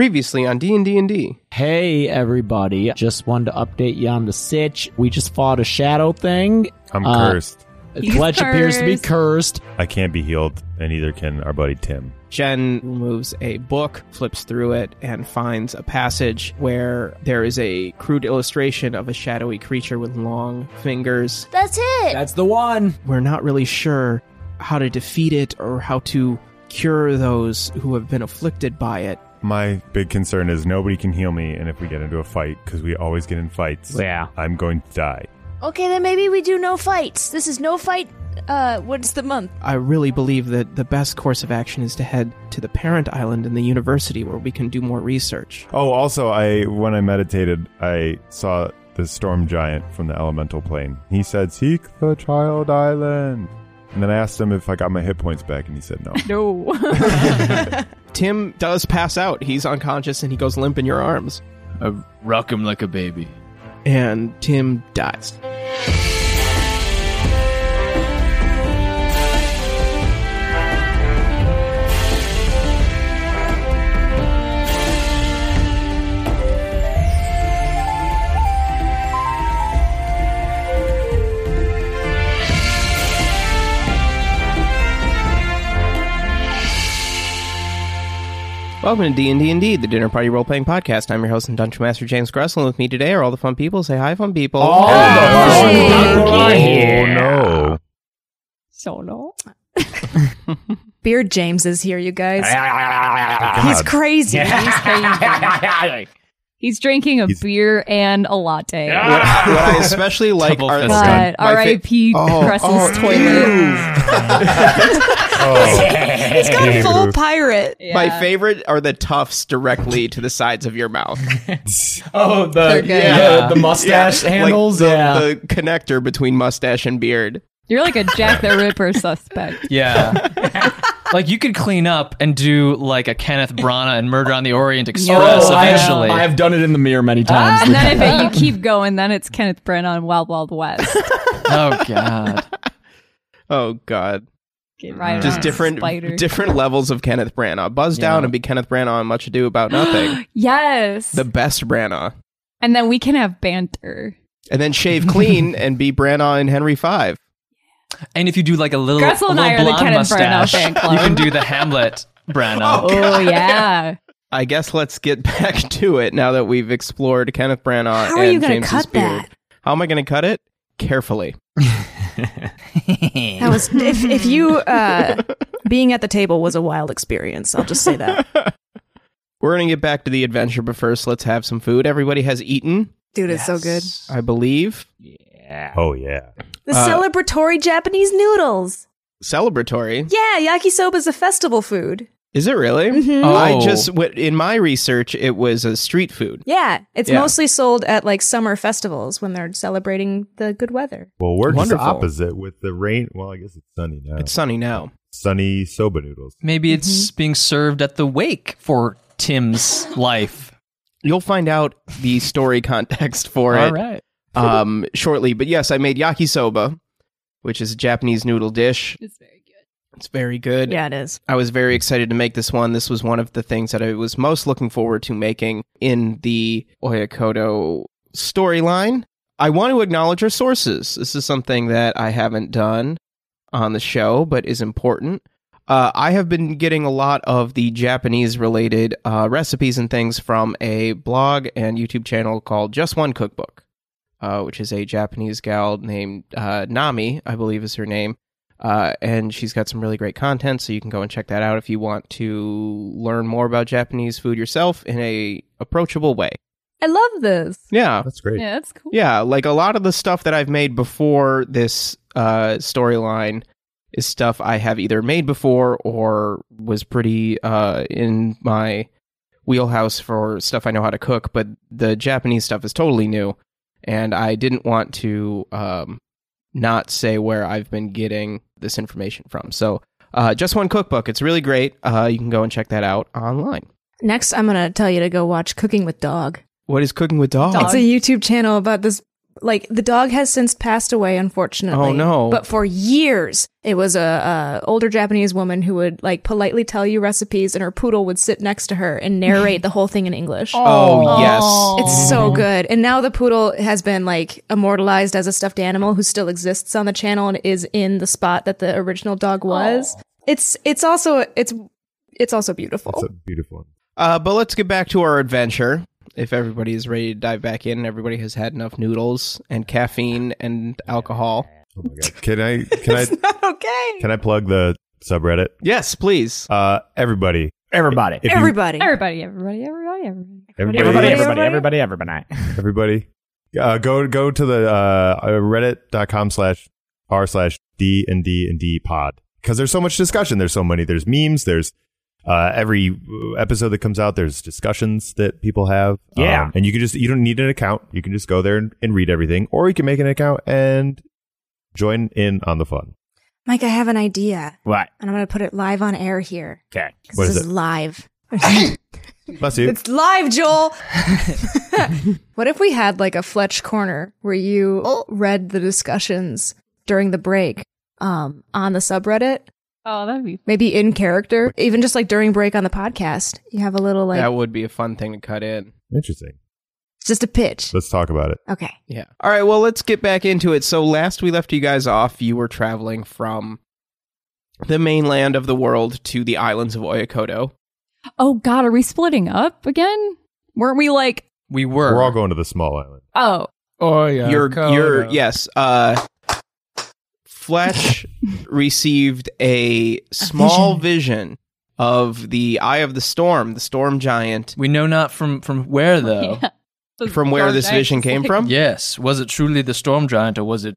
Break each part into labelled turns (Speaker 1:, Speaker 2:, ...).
Speaker 1: Previously on D and D and D.
Speaker 2: Hey everybody, just wanted to update you on the sitch. We just fought a shadow thing.
Speaker 3: I'm
Speaker 2: Uh,
Speaker 3: cursed.
Speaker 2: Fletch
Speaker 4: He's
Speaker 2: appears to be cursed.
Speaker 3: I can't be healed, and neither can our buddy Tim.
Speaker 1: Jen removes a book, flips through it, and finds a passage where there is a crude illustration of a shadowy creature with long fingers.
Speaker 4: That's it.
Speaker 2: That's the one.
Speaker 1: We're not really sure how to defeat it or how to cure those who have been afflicted by it.
Speaker 3: My big concern is nobody can heal me, and if we get into a fight, because we always get in fights,
Speaker 2: Yeah.
Speaker 3: I'm going to die.
Speaker 4: okay, then maybe we do no fights. This is no fight. Uh, what's the month?
Speaker 1: I really believe that the best course of action is to head to the parent island and the university where we can do more research.
Speaker 3: Oh, also, I when I meditated, I saw the storm giant from the elemental plane. He said, "Seek the child island," and then I asked him if I got my hit points back, and he said no.
Speaker 4: No.
Speaker 1: Tim does pass out. He's unconscious and he goes limp in your arms.
Speaker 5: I rock him like a baby.
Speaker 1: And Tim dies. Welcome to D and D Indeed, the dinner party role playing podcast. I'm your host and dungeon master James Gressel, and with me today are all the fun people. Say hi, fun people.
Speaker 3: Oh no!
Speaker 4: Solo. Beard James is here, you guys.
Speaker 1: Ah,
Speaker 4: He's
Speaker 3: God,
Speaker 4: crazy.
Speaker 6: He's drinking a
Speaker 3: He's-
Speaker 6: beer and a latte.
Speaker 1: what, what I especially like
Speaker 5: Double
Speaker 1: are
Speaker 5: fist
Speaker 6: God,
Speaker 1: my fa-
Speaker 6: R.I.P.
Speaker 1: Oh,
Speaker 6: Cressel's
Speaker 1: oh,
Speaker 6: toilet.
Speaker 3: oh.
Speaker 4: He's got a full pirate.
Speaker 6: Yeah.
Speaker 1: My favorite are the tufts directly to the sides of your mouth.
Speaker 2: Oh,
Speaker 6: They're
Speaker 2: the
Speaker 6: good.
Speaker 2: yeah, the mustache
Speaker 1: Yeah, like
Speaker 2: handles.
Speaker 1: the,
Speaker 2: yeah.
Speaker 1: the connector between mustache and beard.
Speaker 6: You're like a Jack the Ripper suspect.
Speaker 5: Yeah. like you could clean up and do like a Kenneth Branagh and Murder on the Orient Express
Speaker 2: Oh, I have,
Speaker 5: eventually.
Speaker 2: I have done it in the mirror many times.
Speaker 6: Ah, And then if it, you keep going, then it's Kenneth Brennan on Wild Wild West.
Speaker 5: oh god.
Speaker 1: Oh God!
Speaker 6: Get right
Speaker 1: Just
Speaker 6: on
Speaker 1: different,
Speaker 6: spider.
Speaker 1: different levels of Kenneth Branagh. Buzz down and be Kenneth Branagh on Much Ado About Nothing.
Speaker 6: yes.
Speaker 1: the best Branagh,
Speaker 6: and then we can have banter.
Speaker 1: and then shave clean and be Branagh and Henry Five.
Speaker 5: And if you do like a little,
Speaker 6: Gressel
Speaker 5: a
Speaker 6: and
Speaker 5: little
Speaker 6: I are the
Speaker 5: blonde
Speaker 6: Kenneth Branagh
Speaker 5: mustache,
Speaker 6: fan club.
Speaker 5: you can do the Hamlet Branagh.
Speaker 6: Oh, yeah.
Speaker 1: I guess let's get back to it now that we've explored Kenneth Branagh.
Speaker 4: How
Speaker 1: and
Speaker 4: are you gonna
Speaker 1: James's
Speaker 4: cut
Speaker 1: beard.
Speaker 4: that?
Speaker 1: How am I going to cut it? Carefully.
Speaker 4: That was if, if you uh, being at the table was a wild experience. I'll just say that,
Speaker 1: We're going to get back to the adventure, but first, let's have some food. Everybody has eaten,
Speaker 4: dude. It's so good.
Speaker 1: I believe.
Speaker 3: Oh yeah.
Speaker 4: The
Speaker 1: Uh,
Speaker 4: celebratory Japanese noodles.
Speaker 1: Celebratory.
Speaker 4: Yeah, yakisoba is a festival food.
Speaker 1: Is it really?
Speaker 4: Mhm.
Speaker 5: Oh.
Speaker 1: I just, w- in my research, it was a street food.
Speaker 4: Yeah, it's
Speaker 1: Yeah.
Speaker 4: mostly sold at like summer festivals when they're celebrating the good weather.
Speaker 3: Well, we're just the
Speaker 1: Wonderful.
Speaker 3: opposite with the rain. Well, I guess it's sunny now.
Speaker 1: It's sunny now.
Speaker 3: sunny soba noodles.
Speaker 5: Maybe it's
Speaker 6: Mm-hmm.
Speaker 5: being served at the wake for Tim's life.
Speaker 1: You'll find out the story context for
Speaker 5: All
Speaker 1: it
Speaker 5: right.
Speaker 1: um, shortly. But yes, I made yakisoba, which is a Japanese noodle dish.
Speaker 6: It's very good.
Speaker 1: It's very good.
Speaker 4: Yeah, it is.
Speaker 1: I was very excited to make this one. This was one of the things that I was most looking forward to making in the Oyakoto storyline. I want to acknowledge our sources. This is something that I haven't done on the show, but is important. Uh, I have been getting a lot of the Japanese related uh, recipes and things from a blog and YouTube channel called Just One Cookbook, uh, which is a Japanese gal named uh, Nami, I believe is her name uh, and she's got some really great content. So you can go and check that out if you want to learn more about Japanese food yourself in a approachable way.
Speaker 6: I love this.
Speaker 1: Yeah,
Speaker 3: That's great.
Speaker 6: Yeah, that's cool.
Speaker 1: yeah. Like a lot of the stuff that I've made before this uh, storyline is stuff I have either made before or was pretty uh, in my wheelhouse for stuff I know how to cook. But the Japanese stuff is totally new, and I didn't want to um, not say where I've been getting this information from. So, uh, just one cookbook. It's really great. Uh, you can go and check that out online.
Speaker 4: Next, I'm gonna tell you to go watch Cooking with Dog.
Speaker 1: What is cooking with dogs?
Speaker 6: Dog.
Speaker 4: It's a YouTube channel about this Like the dog has since passed away, unfortunately.
Speaker 1: Oh, no.
Speaker 4: But for years, it was a, a older Japanese woman who would like politely tell you recipes, and her poodle would sit next to her and narrate the whole thing in English.
Speaker 1: Oh, yes.
Speaker 4: It's so good. And now the poodle has been like immortalized as a stuffed animal who still exists on the channel and is in the spot that the original dog
Speaker 3: Oh.
Speaker 4: was. It's it's also it's it's also beautiful.
Speaker 3: That's a beautiful one.
Speaker 1: Uh, but let's get back to our adventure. If everybody is ready to dive back in, everybody has had enough noodles and caffeine and alcohol.
Speaker 3: Oh my god. Can I can I
Speaker 4: not okay.
Speaker 3: can I plug the subreddit?
Speaker 1: Yes, please.
Speaker 3: Uh everybody.
Speaker 2: Everybody.
Speaker 3: If you,
Speaker 4: Everybody.
Speaker 6: Everybody, everybody, everybody, everybody.
Speaker 3: everybody
Speaker 2: Everybody,
Speaker 3: everybody,
Speaker 2: everybody, everybody, everybody.
Speaker 3: Uh, go go to the uh reddit.com slash r slash d and d and d pod. Because there's so much discussion. There's so many. There's memes, there's uh, every episode that comes out, there's discussions that people have. Um,
Speaker 2: Yeah.
Speaker 3: and you can just, you don't need an account. You can just go there and, and read everything, or you can make an account and join in on the fun.
Speaker 4: Mike, I have an idea.
Speaker 2: What?
Speaker 4: And I'm gonna put it live on air here.
Speaker 2: Okay.
Speaker 4: 'Cause
Speaker 3: What
Speaker 4: this
Speaker 3: is
Speaker 4: is
Speaker 3: it?
Speaker 4: live.
Speaker 3: Bless you.
Speaker 4: It's live, Joel. what if we had like a Fletch corner where you read the discussions during the break um, on the subreddit?
Speaker 6: Oh, that'd be
Speaker 4: Maybe in character, even just like during break on the podcast, you have a little like
Speaker 1: that would be a fun thing to cut in.
Speaker 3: Interesting.
Speaker 4: just a pitch.
Speaker 3: Let's talk about it.
Speaker 4: Okay.
Speaker 1: Yeah. All right. Well, let's get back into it. So, last we left you guys off, you were traveling from the mainland of the world to the islands of Oyakoto.
Speaker 6: Oh god, are we splitting up again? Weren't we like
Speaker 5: We were.
Speaker 3: We're all going to the small island.
Speaker 6: oh
Speaker 7: Oh yeah,
Speaker 1: your
Speaker 7: Kodo.
Speaker 1: your yes uh fletch received a small vision. of the eye of the storm the storm giant
Speaker 5: We know not from from where though.
Speaker 6: yeah. Those
Speaker 1: from where
Speaker 6: dark
Speaker 1: this
Speaker 6: nights.
Speaker 1: vision came from
Speaker 5: Yes, was it truly the storm giant or was it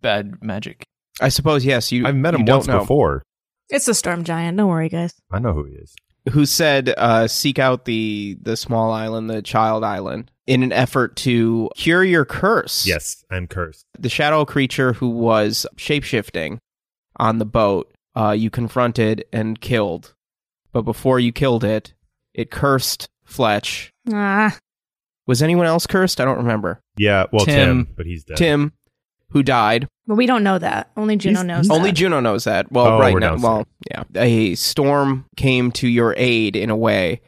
Speaker 5: bad magic?
Speaker 1: i suppose yes you
Speaker 3: I've met
Speaker 1: you
Speaker 3: him
Speaker 1: don't
Speaker 3: once
Speaker 1: know.
Speaker 3: before.
Speaker 4: It's the storm giant. Don't worry, guys.
Speaker 3: I know who he is.
Speaker 1: who said uh seek out the the small island the child island in an effort to cure your curse
Speaker 3: Yes, I'm cursed.
Speaker 1: the shadow creature who was shapeshifting on the boat, uh, you confronted and killed. But before you killed it, it cursed Fletch.
Speaker 4: Ah,
Speaker 1: Was anyone else cursed? I don't remember.
Speaker 3: Yeah, well, Tim,
Speaker 5: Tim.
Speaker 3: but he's dead.
Speaker 1: Tim, who died.
Speaker 4: but we don't know that. Only Juno
Speaker 3: He's-
Speaker 4: knows.
Speaker 1: Only
Speaker 4: that.
Speaker 1: Juno knows that. Well,
Speaker 3: Oh,
Speaker 1: right
Speaker 3: we're
Speaker 1: now,
Speaker 3: downstairs.
Speaker 1: well, yeah. A storm came to your aid in a way,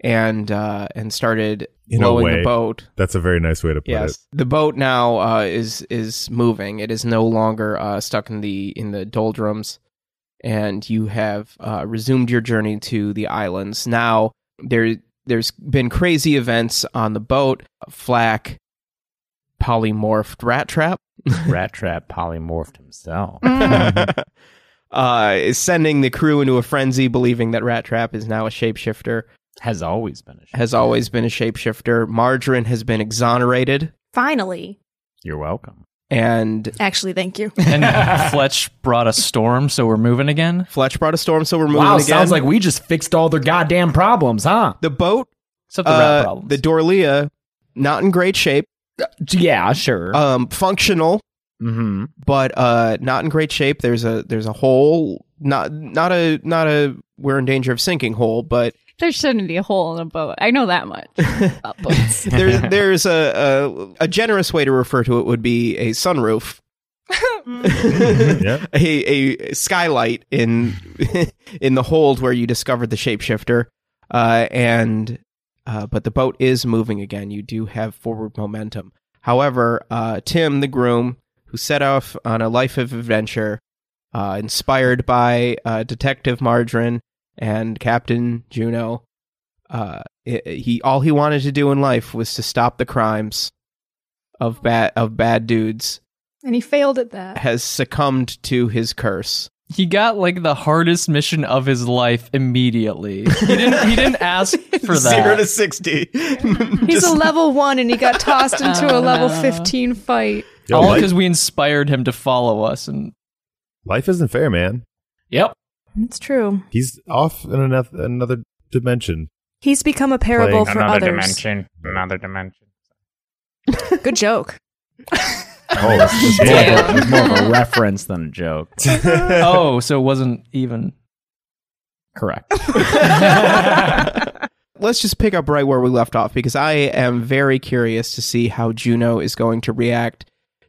Speaker 1: and uh, and started
Speaker 3: In a
Speaker 1: blowing
Speaker 3: way.
Speaker 1: the boat.
Speaker 3: That's a very nice way to put
Speaker 1: Yes,
Speaker 3: it.
Speaker 1: the boat now uh, is is moving. It is no longer uh, stuck in the in the doldrums, and you have uh, resumed your journey to the islands. Now there there's been crazy events on the boat. Flack polymorphed rat trap.
Speaker 2: Rat Trap polymorphed himself.
Speaker 6: Mm.
Speaker 2: Mm-hmm.
Speaker 1: Uh, is sending the crew into a frenzy, believing that Rat Trap is now a shapeshifter.
Speaker 2: Has always been a shame.
Speaker 1: Has always been a shapeshifter. Margarine has been exonerated,
Speaker 4: Finally,
Speaker 2: You're welcome.
Speaker 1: and
Speaker 4: actually, thank you.
Speaker 5: And Fletch brought a storm, so we're moving again.
Speaker 1: Fletch brought a storm, so we're moving
Speaker 2: wow,
Speaker 1: again.
Speaker 2: sounds like we just fixed all their goddamn problems, huh?
Speaker 1: the boat,
Speaker 5: Except the rat
Speaker 1: uh,
Speaker 5: problems.
Speaker 1: the Dorlea, not in great shape.
Speaker 2: Yeah, sure.
Speaker 1: Um, functional,
Speaker 2: mm-hmm.
Speaker 1: but uh, not in great shape. There's a there's a hole. Not not a not a we're in danger of sinking hole, but
Speaker 6: There shouldn't be a hole in a boat. I know that much about boats.
Speaker 1: there's there's a, a a generous way to refer to it would be a sunroof.
Speaker 3: Yeah.
Speaker 1: a, a skylight in in the hold where you discovered the shapeshifter, uh, and uh, but the boat is moving again. You do have forward momentum. However, uh, Tim, the groom, who set off on a life of adventure, uh, inspired by uh, Detective Margarine and Captain Juno, uh, i he all he wanted to do in life was to stop the crimes of bad of bad dudes
Speaker 4: and he failed at that.
Speaker 1: has succumbed to his curse.
Speaker 5: he got like the hardest mission of his life immediately. He didn't. He didn't ask for that.
Speaker 1: Zero to sixty.
Speaker 4: He's
Speaker 1: Just-
Speaker 4: a level one, and he got tossed into a
Speaker 6: Oh,
Speaker 4: level
Speaker 6: no.
Speaker 4: fifteen fight.
Speaker 3: Yo,
Speaker 5: All
Speaker 3: life,
Speaker 5: because we inspired him to follow us, and
Speaker 3: life isn't fair, man.
Speaker 2: Yep.
Speaker 4: It's true.
Speaker 3: He's off in another, another dimension.
Speaker 4: He's become a parable
Speaker 3: Playing
Speaker 4: for others.
Speaker 3: Another
Speaker 2: dimension.
Speaker 4: Good joke.
Speaker 3: Oh, it's
Speaker 2: It's more, of a,
Speaker 6: Damn.
Speaker 2: it's more of a reference than a joke.
Speaker 5: oh, so it wasn't even.
Speaker 2: Correct.
Speaker 1: let's just pick up right where we left off because I am very curious to see how Juno is going to react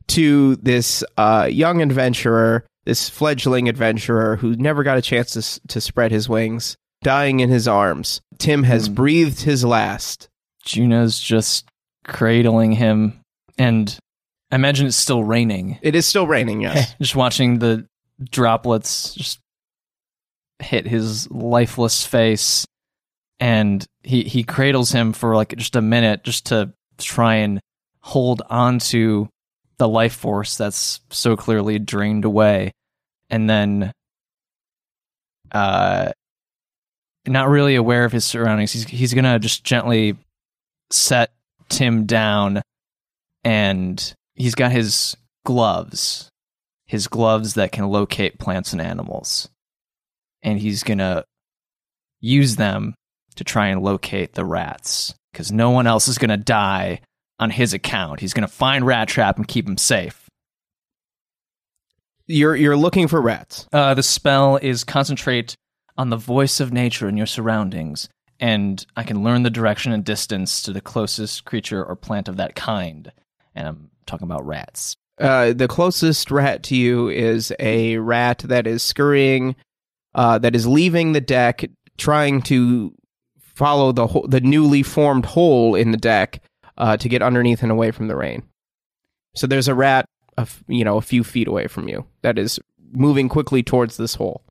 Speaker 1: to this uh, young adventurer, this fledgling adventurer who never got a chance to, s- to spread his wings, dying in his arms. Tim has
Speaker 5: Hmm.
Speaker 1: breathed his last.
Speaker 5: Juno's just cradling him, and I imagine it's still raining.
Speaker 1: It is still raining, yes.
Speaker 5: just watching the droplets just hit his lifeless face, and he he cradles him for like just a minute, just to try and hold on to the life force that's so clearly drained away, and then, uh, not really aware of his surroundings, he's he's gonna just gently set Tim down, and he's got his gloves his gloves that can locate plants and animals. And he's going to use them to try and locate the rats because no one else is going to die on his account. He's going to find Rat Trap and keep him safe.
Speaker 1: You're you're looking for rats.
Speaker 5: Uh, the spell is concentrate on the voice of nature in your surroundings, and I can learn the direction and distance to the closest creature or plant of that kind. And I'm talking about rats.
Speaker 1: Uh, the closest rat to you is a rat that is scurrying, uh, that is leaving the deck, trying to follow the ho- the newly formed hole in the deck uh, to get underneath and away from the rain. So there's a rat, a f- you know, a few feet away from you that is moving quickly towards this hole.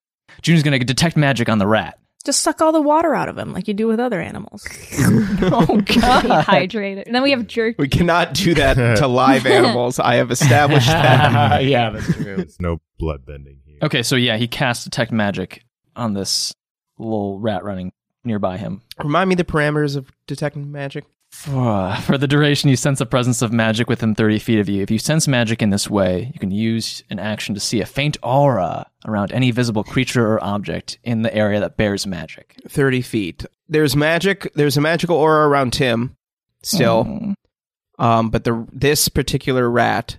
Speaker 5: June's going to detect magic on the rat.
Speaker 4: Just suck all the water out of him like you do with other animals.
Speaker 5: Oh,
Speaker 6: Dehydrated. And then we have jerk.
Speaker 1: We cannot do that to live animals. I have established that.
Speaker 2: yeah, that's true.
Speaker 3: There's no bloodbending here.
Speaker 5: Okay, so yeah, he casts detect magic on this little rat running nearby him.
Speaker 1: Remind me the parameters of detecting magic.
Speaker 5: For, for the duration, you sense the presence of magic within 30 feet of you. If you sense magic in this way, you can use an action to see a faint aura around any visible creature or object in the area that bears magic.
Speaker 1: 30 feet. There's magic. There's a magical aura around Tim still.
Speaker 5: Mm.
Speaker 6: Oh.
Speaker 1: Um, but the this particular rat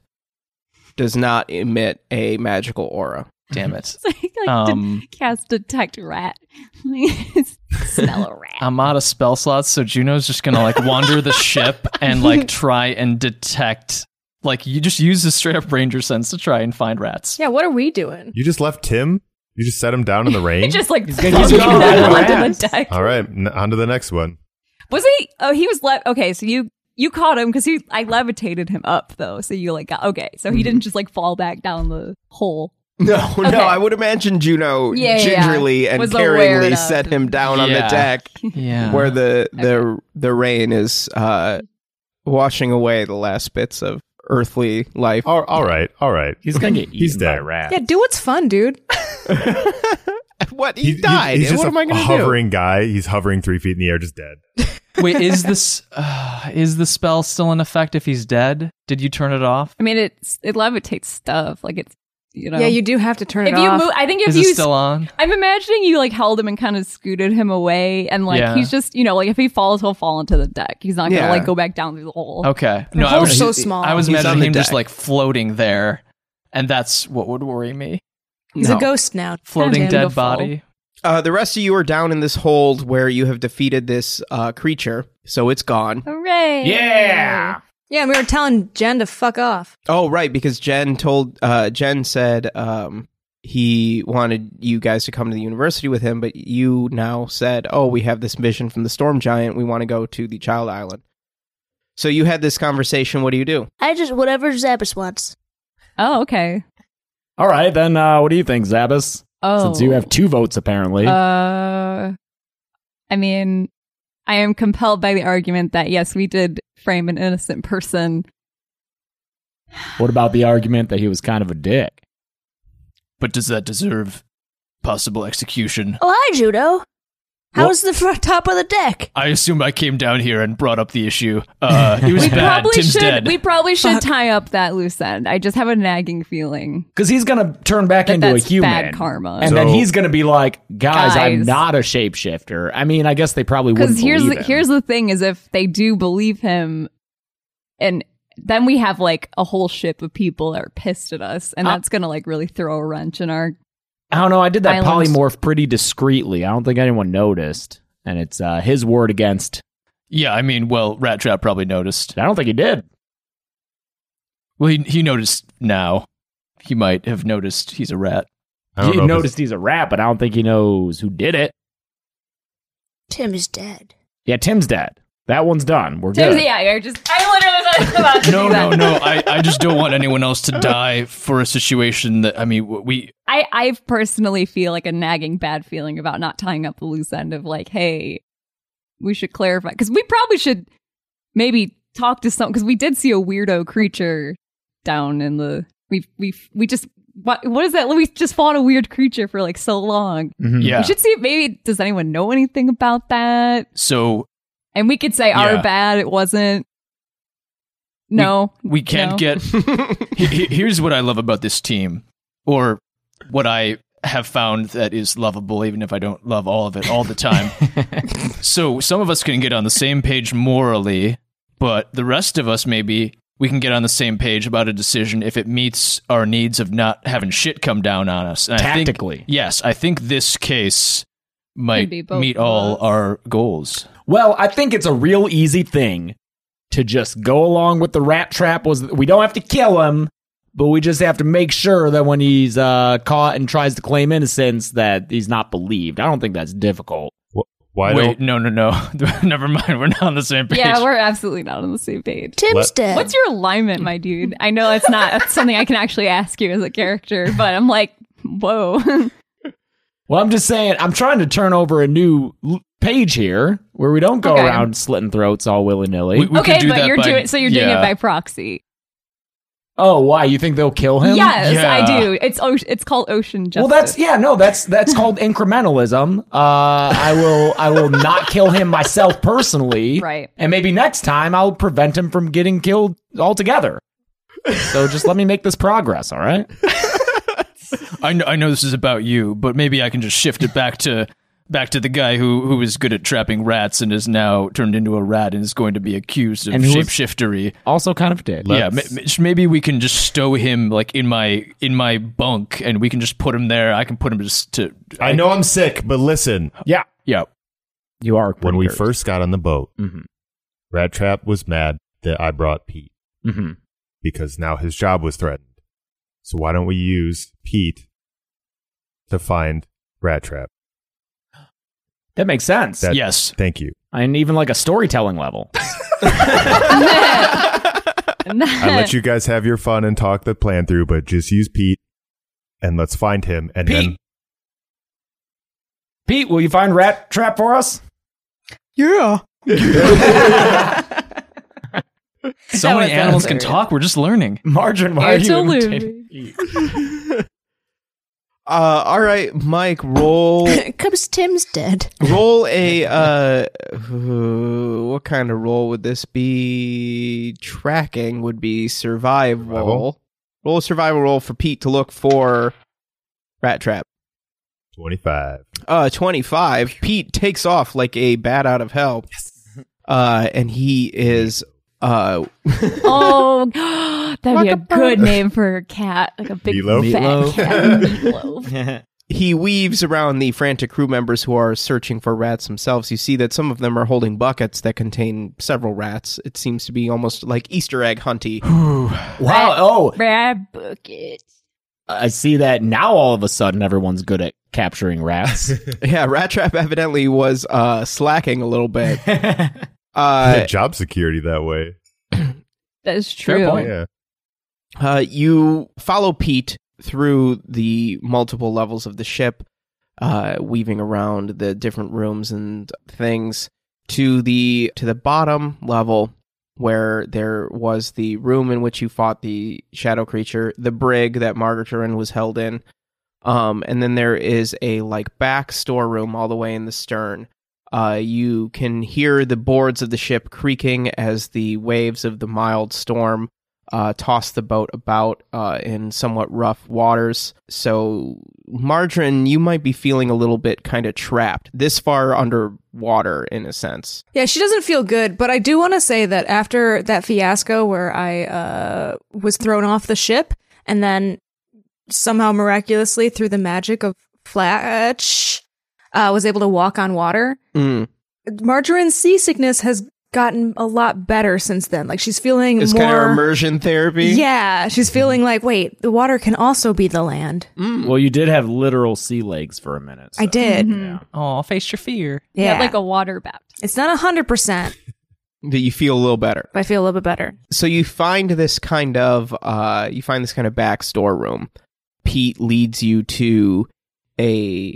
Speaker 1: does not emit a magical aura.
Speaker 5: Damn it.
Speaker 6: It's like, like
Speaker 5: Um,
Speaker 6: to cast detect rat. Smell a rat.
Speaker 5: I'm out of spell slots, so Juno's just gonna like wander the ship and like try and detect. Like, you just use the straight up ranger sense to try and find rats.
Speaker 4: yeah, what are we doing?
Speaker 3: You just left Tim? You just set him down in the rain?
Speaker 6: Just like
Speaker 2: He's gonna- he's
Speaker 6: throwing
Speaker 2: gonna
Speaker 6: them
Speaker 2: ride
Speaker 6: onto
Speaker 2: the
Speaker 6: the deck.
Speaker 3: All right, n- on to the next one.
Speaker 6: Was he? Oh, he was left. Okay, so you you caught him because he I levitated him up though, so you like got okay, so he didn't just like fall back down the hole.
Speaker 1: No, no,
Speaker 6: Okay.
Speaker 1: I would imagine Juno
Speaker 6: Yeah, yeah, yeah.
Speaker 1: gingerly and
Speaker 6: Was aware
Speaker 1: caringly
Speaker 6: of-
Speaker 1: set him down on the
Speaker 5: Yeah.
Speaker 1: deck
Speaker 5: Yeah.
Speaker 1: where the the the rain is uh, washing away the last bits of earthly life.
Speaker 3: All, all right, all right.
Speaker 2: He's gonna get eaten
Speaker 3: He's
Speaker 2: by
Speaker 3: dead.
Speaker 2: rats.
Speaker 4: Yeah, do what's fun, dude.
Speaker 1: what he, died.
Speaker 3: he's
Speaker 1: and
Speaker 3: just
Speaker 1: what
Speaker 3: a
Speaker 1: am I going to do?
Speaker 3: hovering guy. He's hovering three feet in the air, just dead.
Speaker 5: Wait, is this uh, is the spell still in effect if he's dead? Did you turn it off?
Speaker 6: I mean, it's it levitates stuff like it's you know.
Speaker 4: Yeah, you do have to turn
Speaker 6: if
Speaker 4: it
Speaker 6: you
Speaker 4: off.
Speaker 6: move, I think if
Speaker 5: Is
Speaker 6: you.
Speaker 5: it
Speaker 6: s-
Speaker 5: still on?
Speaker 6: I'm imagining you like held him and kind of scooted him away, and like
Speaker 5: Yeah.
Speaker 6: he's just you know like if he falls, he'll fall into the deck. He's not
Speaker 1: Yeah.
Speaker 6: gonna like go back down through the hole.
Speaker 5: Okay.
Speaker 4: the
Speaker 5: No, I
Speaker 4: hole's
Speaker 5: was
Speaker 4: so small.
Speaker 5: I was
Speaker 1: He's on
Speaker 5: imagining
Speaker 1: the
Speaker 5: him just
Speaker 1: deck.
Speaker 5: like floating there, and that's what would worry me.
Speaker 4: He's
Speaker 1: No.
Speaker 4: a ghost now.
Speaker 5: Floating dead
Speaker 6: Beautiful.
Speaker 5: body.
Speaker 1: Uh, the rest of you are down in this hold where you have defeated this uh, creature, so it's gone.
Speaker 6: Hooray!
Speaker 2: Yeah!
Speaker 4: Yeah, and we were telling Jen to fuck off.
Speaker 1: Oh, right, because Jen told uh, Jen said um, he wanted you guys to come to the university with him, but you now said, "Oh, we have this mission from the storm giant. We want to go to the Child Island." So you had this conversation. What do you do?
Speaker 7: I just whatever Zappus wants.
Speaker 6: Oh, okay.
Speaker 2: All right, then uh, what do you think, Zabas?
Speaker 6: Oh,
Speaker 2: Since you have two votes, apparently.
Speaker 6: Uh, I mean, I am compelled by the argument that yes, we did frame an innocent person.
Speaker 2: what about the argument that he was kind of a dick?
Speaker 5: But does that deserve possible execution?
Speaker 7: Oh, hi, Judo.
Speaker 2: How's
Speaker 7: How's the front top of the deck?
Speaker 5: I assume I came down here and brought up the issue. Uh, he was
Speaker 6: we
Speaker 5: bad.
Speaker 6: probably
Speaker 5: Tim's
Speaker 6: should.
Speaker 5: dead.
Speaker 6: We probably should tie up that loose end. I just have a nagging feeling.
Speaker 2: Because he's gonna turn back
Speaker 6: That
Speaker 2: into
Speaker 6: that's
Speaker 2: a human.
Speaker 6: bad karma.
Speaker 2: And then
Speaker 3: So-
Speaker 2: he's gonna be like, guys, I'm
Speaker 6: Guys.
Speaker 2: not a shapeshifter. I mean, I guess they probably wouldn't
Speaker 6: Because here's
Speaker 2: believe
Speaker 6: the,
Speaker 2: him.
Speaker 6: here's the thing: is if they do believe him, and then we have like a whole ship of people that are pissed at us, and
Speaker 2: Uh,
Speaker 6: that's gonna like really throw a wrench in our.
Speaker 2: I don't know, I did that
Speaker 6: Island.
Speaker 2: polymorph pretty discreetly. I don't think anyone noticed. and it's uh, his word against.
Speaker 5: Yeah, I mean, well, Rat Trap probably noticed.
Speaker 2: I don't think he did.
Speaker 5: Well, he, he noticed now. He might have noticed he's a rat.
Speaker 3: I don't
Speaker 2: he
Speaker 3: know if it's-
Speaker 2: noticed he's a rat, but I don't think he knows who did it.
Speaker 7: Tim is dead.
Speaker 2: Yeah, Tim's dead. That one's done. We're
Speaker 6: Tim's,
Speaker 2: good.
Speaker 6: yeah, you're just. I literally was about to
Speaker 5: No,
Speaker 6: do that.
Speaker 5: no, no. I, I just don't want anyone else to die for a situation that, I mean, w- we,
Speaker 6: I, I personally feel like a nagging bad feeling about not tying up the loose end of like, hey, we should clarify because we probably should maybe talk to some because we did see a weirdo creature down in the we we we just what what is that we just fought a weird creature for like so long.
Speaker 2: Mhm.
Speaker 5: yeah.
Speaker 6: We should see if maybe does anyone know anything about that,
Speaker 5: So
Speaker 6: and we could say our
Speaker 5: Yeah.
Speaker 6: bad it wasn't. No,
Speaker 5: we can't
Speaker 6: No.
Speaker 5: get. he- he- here's what I love about this team, or what I have found that is lovable, even if I don't love all of it all the time. so some of us can get on the same page morally, but the rest of us maybe we can get on the same page about a decision if it meets our needs of not having shit come down on us. And I think-
Speaker 2: Tactically.
Speaker 5: yes, I think this case might
Speaker 6: be both
Speaker 5: meet
Speaker 6: of
Speaker 5: all
Speaker 6: us.
Speaker 5: our goals.
Speaker 2: Well, I think it's a real easy thing to just go along with the rat trap. Was we don't have to kill him, but we just have to make sure that when he's uh, caught and tries to claim innocence, that he's not believed. I don't think that's difficult.
Speaker 3: Why
Speaker 5: Wait,
Speaker 3: don't
Speaker 5: no, no, no. Never mind. We're not on the same page.
Speaker 6: yeah, we're absolutely not on the same page.
Speaker 7: Tim's
Speaker 3: Let-
Speaker 7: dead.
Speaker 6: What's your alignment, my dude? I know it's not that's something I can actually ask you as a character, but I'm like, whoa.
Speaker 2: Well, I'm just saying, I'm trying to turn over a new l- page here where we don't go
Speaker 6: Okay.
Speaker 2: around slitting throats all willy nilly.
Speaker 5: We- we could
Speaker 6: okay,
Speaker 5: do
Speaker 6: but
Speaker 5: that
Speaker 6: you're
Speaker 5: by-
Speaker 6: doing so you're doing
Speaker 5: yeah.
Speaker 6: it by proxy.
Speaker 2: oh, why you think they'll kill him?
Speaker 6: Yes, I
Speaker 5: Yeah.
Speaker 6: do. It's o- it's called ocean
Speaker 2: Well,
Speaker 6: justice.
Speaker 2: that's yeah, no, that's that's called incrementalism. Uh, I will I will not kill him myself personally,
Speaker 6: Right.
Speaker 2: And maybe next time I'll prevent him from getting killed altogether. So just let me make this progress, all right?
Speaker 5: I know, I know this is about you, but maybe I can just shift it back to back to the guy who who is good at trapping rats and is now turned into a rat and is going to be accused of
Speaker 2: And who is-
Speaker 5: shapeshiftery.
Speaker 2: Also, kind of did.
Speaker 5: Yeah, ma- ma- maybe we can just stow him like in my in my bunk, and we can just put him there. I can put him just to.
Speaker 3: I know I'm sick, but listen.
Speaker 2: Yeah,
Speaker 5: Yeah,
Speaker 2: you are.
Speaker 3: When we
Speaker 2: pretty dirty.
Speaker 3: first got on the boat,
Speaker 2: Mhm.
Speaker 3: Rat Trap was mad that I brought Pete
Speaker 2: Mhm.
Speaker 3: because now his job was threatened. So why don't we use Pete to find Rat Trap?
Speaker 2: that makes sense.
Speaker 3: That-
Speaker 5: yes.
Speaker 3: Thank you.
Speaker 2: and even like a storytelling level.
Speaker 3: I let you guys have your fun and talk the plan through, but just use Pete and let's find him. And then
Speaker 2: Pete! Pete, will you find Rat Trap for us?
Speaker 1: yeah.
Speaker 5: So many
Speaker 6: was- that
Speaker 5: animals
Speaker 6: was
Speaker 5: can
Speaker 6: very-
Speaker 5: talk. We're just learning.
Speaker 2: Margarine, why are
Speaker 6: It's
Speaker 2: you
Speaker 6: a loop.
Speaker 2: imitating Pete?
Speaker 1: Uh, all right, Mike, roll
Speaker 7: Comes Tim's dead.
Speaker 1: roll a uh, ooh, what kind of roll would this be? Tracking would be survival.
Speaker 3: Survival?
Speaker 1: Roll a survival roll for Pete to look for rat trap.
Speaker 3: 25.
Speaker 1: Uh, twenty five. Pete takes off like a bat out of hell. Uh, and he is uh
Speaker 6: oh, that'd be a good name for a cat, like a big
Speaker 3: Meatloaf?
Speaker 6: fat
Speaker 2: Meatloaf.
Speaker 6: cat. Meatloaf.
Speaker 1: he weaves around the frantic crew members who are searching for rats themselves. You see that some of them are holding buckets that contain several rats. It seems to be almost like Easter egg hunty.
Speaker 2: Wow. Oh,
Speaker 6: Rat bucket.
Speaker 2: I see that now all of a sudden everyone's good at capturing rats.
Speaker 1: yeah, Rat Trap evidently was uh, slacking a little bit. Uh,
Speaker 3: Job security that way.
Speaker 6: That's
Speaker 2: Fair
Speaker 6: true.
Speaker 2: point.
Speaker 3: Yeah.
Speaker 1: uh, you follow Pete through the multiple levels of the ship, uh, weaving around the different rooms and things to the to the bottom level where there was the room in which you fought the shadow creature, the brig that Margaret Turin was held in. Um, and then there is a like back storeroom all the way in the stern. Uh, you can hear the boards of the ship creaking as the waves of the mild storm uh, toss the boat about uh, in somewhat rough waters. So, Margarine, you might be feeling a little bit kind of trapped this far underwater, in a sense.
Speaker 4: Yeah, she doesn't feel good, but I do want to say that after that fiasco where I uh, was thrown off the ship and then somehow miraculously through the magic of Flatch, uh, was able to walk on water.
Speaker 1: Mm.
Speaker 4: Margarine's seasickness has gotten a lot better since then. Like she's feeling
Speaker 1: It's
Speaker 4: more.
Speaker 1: kind of immersion therapy.
Speaker 4: yeah, she's
Speaker 5: Mm-hmm.
Speaker 4: feeling like wait, the water can also be the land.
Speaker 1: Mm.
Speaker 2: Well, you did have literal sea legs for a minute.
Speaker 4: I did.
Speaker 7: Mm-hmm.
Speaker 6: Mhm.
Speaker 2: Yeah.
Speaker 5: Oh, face your fear.
Speaker 4: Yeah,
Speaker 6: like a water baptism.
Speaker 4: it's not hundred percent,
Speaker 1: That you feel a little better.
Speaker 4: but I feel a little bit better.
Speaker 1: so you find this kind of uh you find this kind of back storeroom pete leads you to a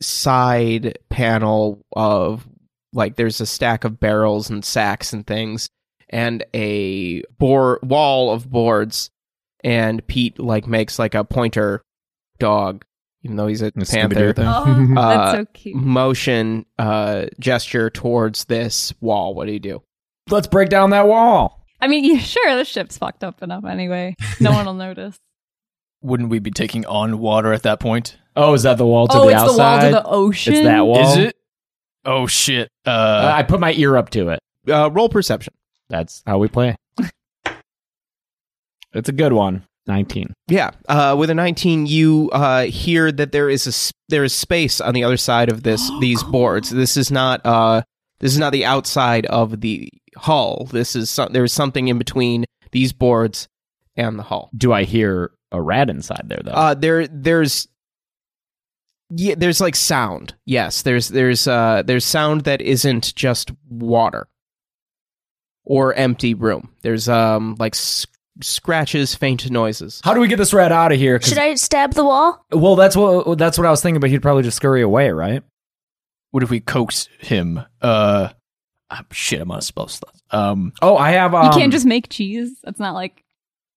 Speaker 1: side panel of like there's a stack of barrels and sacks and things and a board wall of boards and pete like makes like a pointer dog even though he's a
Speaker 3: Scooby-Doo
Speaker 1: panther
Speaker 3: thing.
Speaker 6: Oh,
Speaker 1: Uh,
Speaker 6: that's so cute.
Speaker 1: motion uh gesture towards this wall what do you do
Speaker 2: Let's break down that wall.
Speaker 6: I mean, yeah, sure, the ship's fucked up enough anyway. No one will notice.
Speaker 5: Wouldn't we be taking on water at that point?
Speaker 2: Oh, is that the wall to
Speaker 6: oh,
Speaker 2: the
Speaker 6: it's
Speaker 2: outside?
Speaker 6: the wall to the ocean.
Speaker 2: it's that wall.
Speaker 5: Is it? Oh shit. Uh,
Speaker 2: Uh, I put my ear up to it.
Speaker 1: uh roll perception
Speaker 2: That's how we play. it's a good one. 19.
Speaker 1: Yeah, uh, with a 19, you uh, hear that there is a s- there is space on the other side of this these boards. This is not uh, this is not the outside of the hull. This is so- there is something in between these boards and the hull.
Speaker 2: Do I hear a rat inside there, though?
Speaker 1: Uh, there there's yeah, there's like sound. Yes, there's there's uh, there's sound that isn't just water or empty room. There's um like sc- scratches, faint noises.
Speaker 2: how do we get this rat out of here? 'Cause-
Speaker 7: Should I stab the wall?
Speaker 2: well, that's what that's what I was thinking, but he'd probably just scurry away, right?
Speaker 5: what if we coax him? Uh, ah, shit, I'm on a spell slot. Um,
Speaker 2: Oh, I have. Um,
Speaker 6: you can't just make cheese. That's not like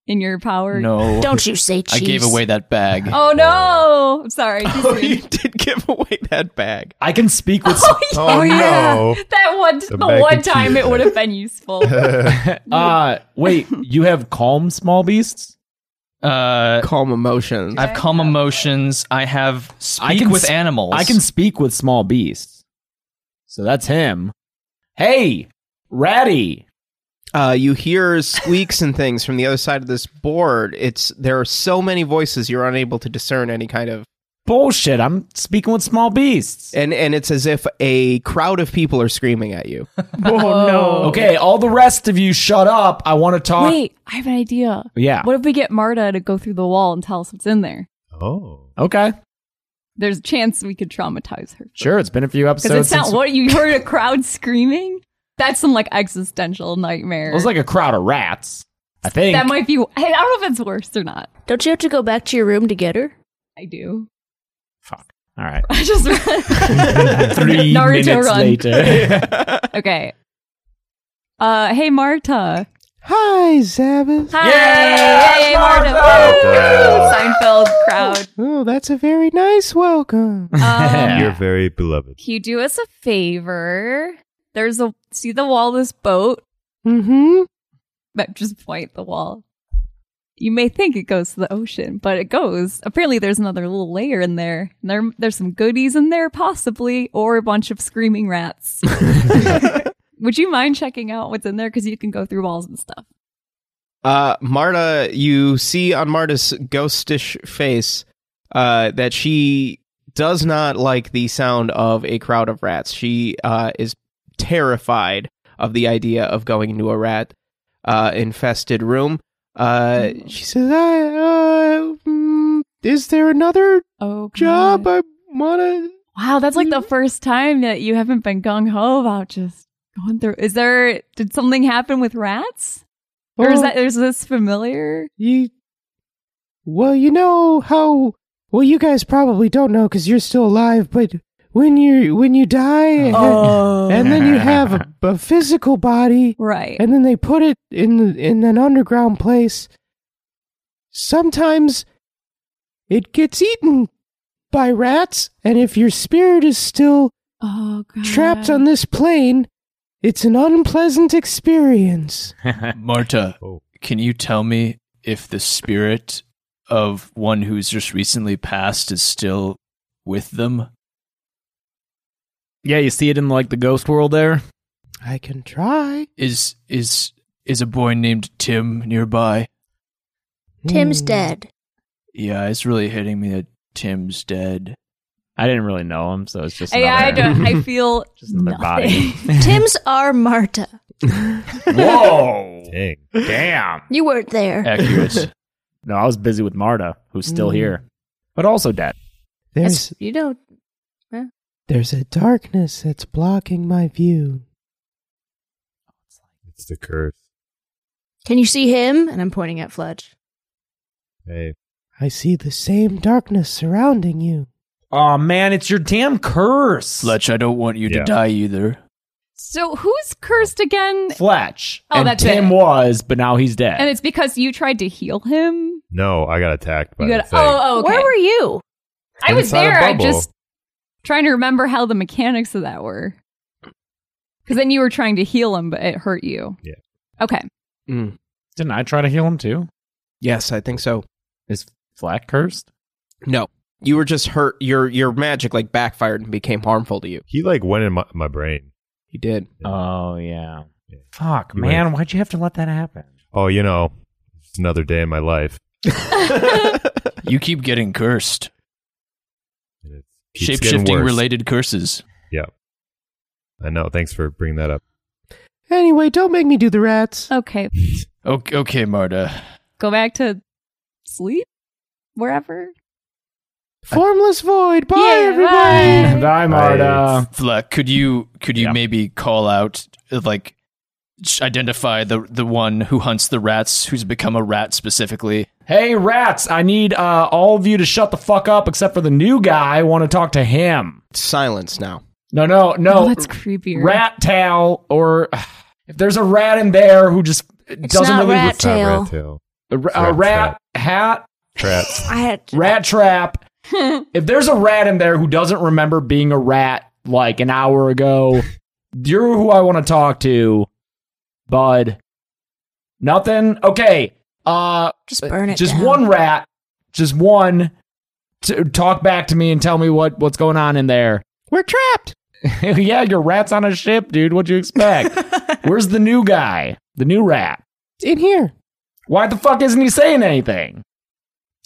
Speaker 6: in your power.
Speaker 5: no,
Speaker 7: Don't you say
Speaker 5: I
Speaker 7: cheese.
Speaker 5: gave away that bag.
Speaker 6: Oh no! I'm sorry. too
Speaker 1: Oh,
Speaker 6: soon.
Speaker 1: you did give away that bag.
Speaker 2: I can speak with.
Speaker 3: Oh, no.
Speaker 6: That one,
Speaker 3: The
Speaker 6: the,
Speaker 3: bag
Speaker 6: one
Speaker 3: of cheese.
Speaker 6: time it would have been useful.
Speaker 2: uh, wait, you have calm small beasts?
Speaker 7: Oh.
Speaker 5: Uh,
Speaker 1: Calm emotions.
Speaker 5: I've calm emotions. I have speak
Speaker 2: can
Speaker 5: with
Speaker 2: s-
Speaker 5: animals.
Speaker 2: I can speak with small beasts. So that's him. Hey, Ratty.
Speaker 1: Uh, you hear squeaks and things from the other side of this board. It's there are so many voices you're unable to discern any kind of
Speaker 2: Bullshit. I'm speaking with small beasts.
Speaker 1: and and it's as if a crowd of people are screaming at you.
Speaker 6: no.
Speaker 2: Okay, all the rest of you shut up. I want to talk.
Speaker 6: Wait, I have an idea.
Speaker 2: Yeah.
Speaker 6: What if we get Marta to go through the wall and tell us what's in there?
Speaker 3: oh.
Speaker 2: Okay.
Speaker 6: There's a chance we could traumatize her.
Speaker 2: Sure. It's been a few
Speaker 6: Because
Speaker 2: episodes.
Speaker 6: it sounds
Speaker 2: since-
Speaker 6: what you heard a crowd screaming. That's some like existential nightmare.
Speaker 2: it was like a crowd of rats. I think.
Speaker 6: that might be. I don't know if it's worse or not.
Speaker 7: Don't you have to go back to your room to get her?
Speaker 6: I do.
Speaker 2: Fuck. All right.
Speaker 6: I just
Speaker 2: Three
Speaker 6: Naruto
Speaker 2: minutes
Speaker 6: run.
Speaker 2: later.
Speaker 6: Okay. Uh, hey Marta.
Speaker 1: Hi, Zabas.
Speaker 6: Hi.
Speaker 2: Yeah,
Speaker 6: Hey,
Speaker 2: Marta.
Speaker 6: Marta. Woo! Seinfeld crowd.
Speaker 1: Oh, that's a very nice welcome.
Speaker 6: Um,
Speaker 3: You're very beloved.
Speaker 6: Can you do us a favor? There's a see the wall of this boat,
Speaker 1: Mm-hmm.
Speaker 6: but just point the wall. You may think it goes to the ocean, but it goes. Apparently, there's another little layer in there. And there, there's some goodies in there, possibly, or a bunch of screaming rats. Would you mind checking out what's in there? Because you can go through walls and stuff.
Speaker 1: Uh, Marta, you see on Marta's ghostish face uh, that she does not like the sound of a crowd of rats. She uh, is terrified of the idea of going into a rat uh, infested room. Uh,
Speaker 6: Mm-hmm.
Speaker 1: she says, I, uh, mm, Is there another
Speaker 6: Oh,
Speaker 1: job I want to.
Speaker 6: Wow, that's like the first time that you haven't been gung ho about just going through. Is there did something happen with rats? Or
Speaker 1: Oh,
Speaker 6: is that is this familiar?
Speaker 1: You, well, you know how. Well, you guys probably don't know because you're still alive. But when you when you die, and, and then you have a, a physical body,
Speaker 6: Right.
Speaker 1: and then they put it in the, in an underground place. Sometimes it gets eaten by rats, and if your spirit is still
Speaker 6: oh god.
Speaker 1: trapped
Speaker 7: Uh-huh.
Speaker 1: on this plane, it's an unpleasant experience.
Speaker 5: Marta,
Speaker 3: Oh.
Speaker 5: can you tell me if the spirit of one who's just recently passed is still with them?
Speaker 2: yeah, you see it in like the ghost world there.
Speaker 1: I can try.
Speaker 5: Is is is a boy named Tim nearby?
Speaker 7: Tim's
Speaker 1: Hmm.
Speaker 7: dead.
Speaker 5: Yeah, it's really hitting me that Tim's dead.
Speaker 2: I didn't really know him, so it's just
Speaker 6: Yeah, I
Speaker 2: another-
Speaker 6: don't. I feel
Speaker 2: Just another body.
Speaker 6: nothing.
Speaker 7: Tim's are Marta.
Speaker 2: Whoa,
Speaker 3: Dang.
Speaker 2: damn.
Speaker 7: You weren't there.
Speaker 2: Uh,
Speaker 5: Accurate.
Speaker 2: No, I was busy with Marta, who's
Speaker 6: Mm.
Speaker 2: still here, but also dead.
Speaker 1: There's
Speaker 4: you know,
Speaker 1: there's a darkness that's blocking my view.
Speaker 3: It's the curse.
Speaker 7: Can you see him?
Speaker 4: and I'm pointing at Fledge.
Speaker 3: Hey.
Speaker 1: I see the same darkness surrounding you.
Speaker 2: Oh man, it's your damn curse,
Speaker 5: Fletch, I don't want you
Speaker 3: Yeah.
Speaker 5: to die either.
Speaker 6: so who's cursed again?
Speaker 2: Fletch.
Speaker 6: Oh,
Speaker 2: and
Speaker 6: that's
Speaker 2: Tim
Speaker 6: it.
Speaker 2: was, but now he's dead.
Speaker 6: And it's because you tried to heal him.
Speaker 3: No, I got attacked by
Speaker 6: You
Speaker 3: the
Speaker 6: got
Speaker 3: thing.
Speaker 6: oh, oh okay.
Speaker 7: Where were you?
Speaker 6: I was
Speaker 3: Inside a
Speaker 6: there. I
Speaker 3: bubble.
Speaker 6: just trying to remember how the mechanics of that were. Because then you were trying to heal him, but it hurt you.
Speaker 3: Yeah.
Speaker 6: Okay.
Speaker 2: Didn't I try to heal him too?
Speaker 1: Yes, I think so.
Speaker 2: Is Flat cursed?
Speaker 1: No. You were just hurt your your magic like backfired and became harmful to you.
Speaker 3: He like went in my, my brain.
Speaker 1: He did.
Speaker 2: Oh yeah.
Speaker 3: Yeah.
Speaker 2: Fuck,
Speaker 3: You
Speaker 2: man, why'd you have to let that happen?
Speaker 3: Oh, you know, it's another day in my life.
Speaker 5: You keep getting cursed.
Speaker 3: And it keeps
Speaker 5: Shape
Speaker 3: getting
Speaker 5: shifting
Speaker 3: worse.
Speaker 5: related curses.
Speaker 3: I know. Thanks for bringing that up.
Speaker 1: Anyway, don't make me do the rats.
Speaker 6: Okay.
Speaker 5: Okay, okay, Marta.
Speaker 6: Go back to sleep? Wherever?
Speaker 1: Formless void. Bye
Speaker 6: Yeah,
Speaker 1: everybody.
Speaker 6: bye.
Speaker 2: Bye, Marta.
Speaker 5: Fleck, could you could you
Speaker 2: Yeah.
Speaker 5: maybe call out uh, like sh- identify the the one who hunts the rats who's become a rat specifically?
Speaker 2: Hey, rats, I need uh, all of you to shut the fuck up except for the new guy. I want to talk to him.
Speaker 1: Silence now.
Speaker 2: No, no, no.
Speaker 6: Oh, that's creepier.
Speaker 2: rat towel or if there's a rat in there who just doesn't
Speaker 7: not
Speaker 2: really
Speaker 7: rat.
Speaker 3: It's not
Speaker 7: Tail.
Speaker 3: rat tail.
Speaker 2: a, ra- a
Speaker 3: Rat
Speaker 2: rat hat
Speaker 3: Trap.
Speaker 7: I had
Speaker 2: rat trap. if there's a rat in there who doesn't remember being a rat like an hour ago, you're who I want to talk to, bud. Nothing. Okay. Uh,
Speaker 7: just burn it.
Speaker 2: just
Speaker 7: down.
Speaker 2: one rat. Just one. To talk back to me and tell me what what's going on in there.
Speaker 1: We're trapped.
Speaker 2: yeah, your rat's on a ship, dude. What'd you expect? Where's the new guy? The new rat.
Speaker 1: It's in here.
Speaker 2: Why the fuck isn't he saying anything?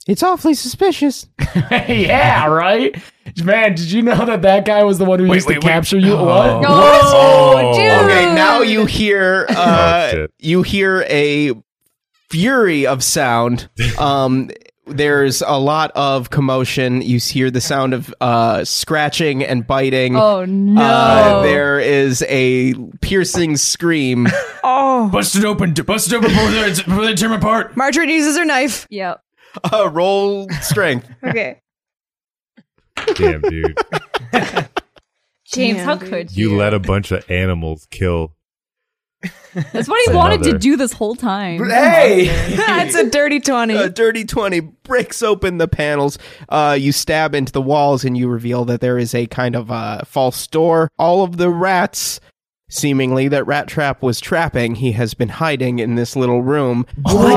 Speaker 1: It's awfully suspicious.
Speaker 2: yeah, right? Man, did you know that that guy was the one who
Speaker 5: Wait,
Speaker 2: used
Speaker 5: wait,
Speaker 2: to
Speaker 5: wait.
Speaker 2: capture you?
Speaker 5: Oh.
Speaker 2: What?
Speaker 5: No.
Speaker 6: Oh, dude.
Speaker 1: Okay, now you hear
Speaker 3: Oh,
Speaker 1: uh,
Speaker 3: shit.
Speaker 1: you hear a fury of sound. Um, there's a lot of commotion. You hear the sound of uh, scratching and biting.
Speaker 6: Oh, no.
Speaker 1: Uh, there is a piercing scream.
Speaker 5: Bust it open, bust it open before they, before they tear 'em apart.
Speaker 4: Marjorie uses her knife.
Speaker 6: Yep.
Speaker 1: Uh, roll strength.
Speaker 4: Okay.
Speaker 3: Damn, dude.
Speaker 6: James,
Speaker 4: Damn,
Speaker 6: how
Speaker 4: dude.
Speaker 6: could you?
Speaker 3: You let a bunch of animals kill.
Speaker 6: That's what he
Speaker 3: Say
Speaker 6: wanted to
Speaker 3: another.
Speaker 6: do this whole time.
Speaker 1: hey,
Speaker 4: That's a dirty 20.
Speaker 1: a dirty twenty breaks open the panels. Uh, you stab into the walls, and you reveal that there is a kind of uh, false door. All of the rats. Seemingly, that Rat Trap was trapping. He has been hiding in this little room.
Speaker 6: He
Speaker 1: Who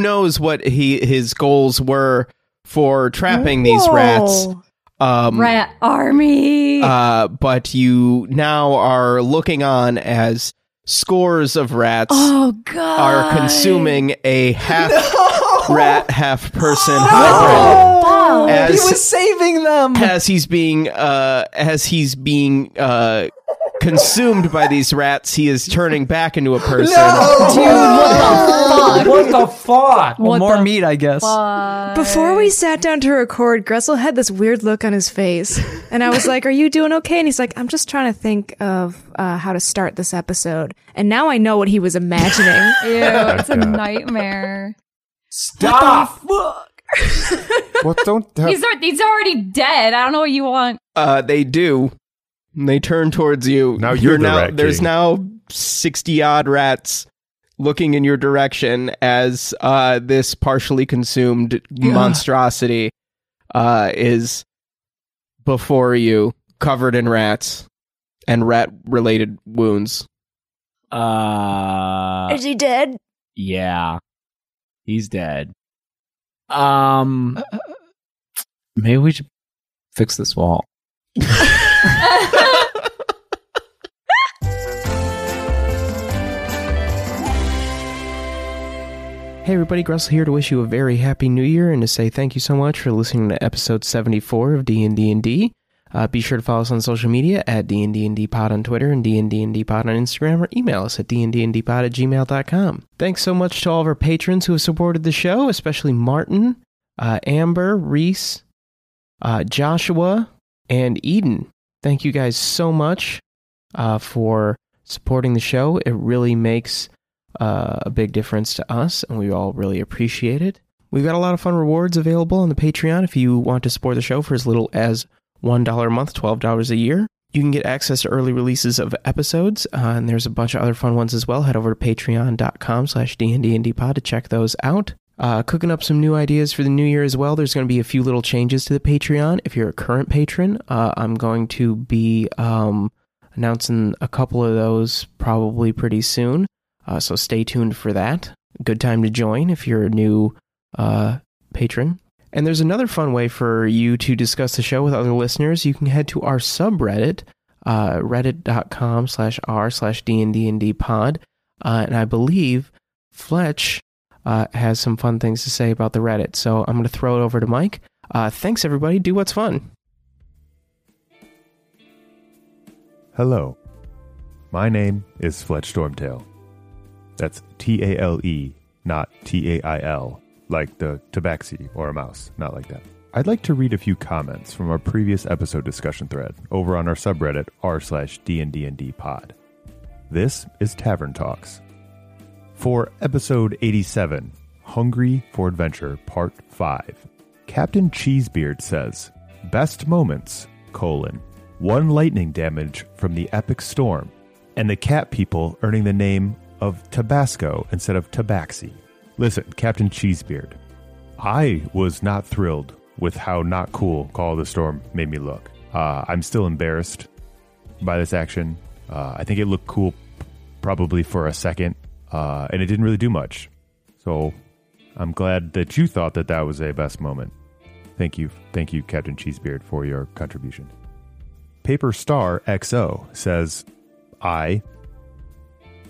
Speaker 1: knows what he his goals were for trapping these rats?
Speaker 7: Whoa.
Speaker 1: Um,
Speaker 6: Rat army.
Speaker 1: Uh, but you now are looking on as scores of rats
Speaker 6: oh, God.
Speaker 1: are consuming a half rat, half person hybrid.
Speaker 7: Oh.
Speaker 6: Wow.
Speaker 1: As,
Speaker 8: saving them.
Speaker 1: as he's being uh, as he's being uh, consumed by these rats, he is turning back into a person.
Speaker 2: What the fuck? What the fuck?
Speaker 6: What
Speaker 8: more
Speaker 6: the
Speaker 8: meat, I guess.
Speaker 2: Oh.
Speaker 6: fuck?
Speaker 4: Before we sat down to record, Gressel had this weird look on his face. And I was like, Are you doing okay? And he's like, I'm just trying to think of uh, how to start this episode. And now I know what he was imagining.
Speaker 6: Ew, it's a
Speaker 3: God.
Speaker 6: nightmare.
Speaker 2: Stop!
Speaker 3: What don't
Speaker 6: He's, al- he's already dead. I don't know what you want.
Speaker 1: Uh, they do. And They turn towards you.
Speaker 3: Now you're the
Speaker 1: now
Speaker 3: rat
Speaker 1: there's
Speaker 3: king.
Speaker 1: now sixty odd rats looking in your direction as uh, this partially consumed monstrosity uh, is before you, covered in rats and rat related wounds.
Speaker 2: Uh,
Speaker 7: Is he dead?
Speaker 2: yeah. He's dead. Um, maybe we should fix this wall.
Speaker 1: Hey everybody, Grussel here to wish you a very happy new year and to say thank you so much for listening to episode 74 of D&D and D. Uh, be sure to follow us on social media at D&D Pod on Twitter and D&D Pod on Instagram or email us at dndndpod at gmail.com. Thanks so much to all of our patrons who have supported the show, especially Martin, uh, Amber, Reese, uh, Joshua, and Eden. Thank you guys so much uh, for supporting the show. It really makes uh, a big difference to us, and we all really appreciate it. We've got a lot of fun rewards available on the Patreon if you want to support the show for as little as $1 a month, $12 a year. You can get access to early releases of episodes, uh, and there's a bunch of other fun ones as well. Head over to patreon.com slash dndndpod to check those out. Uh, cooking up some new ideas for the new year as well. There's going to be a few little changes to the Patreon. If you're a current patron, uh, I'm going to be um, announcing a couple of those probably pretty soon. Uh, so stay tuned for that. Good time to join if you're a new uh, patron. And there's another fun way for you to discuss the show with other listeners. You can head to our subreddit, uh, reddit.com slash r slash dndndpod. Uh, and I believe Fletch uh, has some fun things to say about the Reddit. So I'm going to throw it over to Mike. Uh, thanks, everybody. Do what's fun.
Speaker 3: Hello. My name is Fletch Stormtail. That's T A L E, not T A I L, like the tabaxi or a mouse, not like that. I'd like to read a few comments from our previous episode discussion thread over on our subreddit r slash dndnd pod. This is Tavern Talks. For episode 87, Hungry for Adventure, part 5, Captain Cheesebeard says, Best moments, colon, one lightning damage from the epic storm, and the cat people earning the name of Tabasco instead of Tabaxi. Listen, Captain Cheesebeard, I was not thrilled with how not cool Call of the Storm made me look. Uh, I'm still embarrassed by this action. Uh, I think it looked cool p- probably for a second, uh, and it didn't really do much. So I'm glad that you thought that that was a best moment. Thank you, thank you, Captain Cheesebeard, for your contribution. Paper Star XO says, "I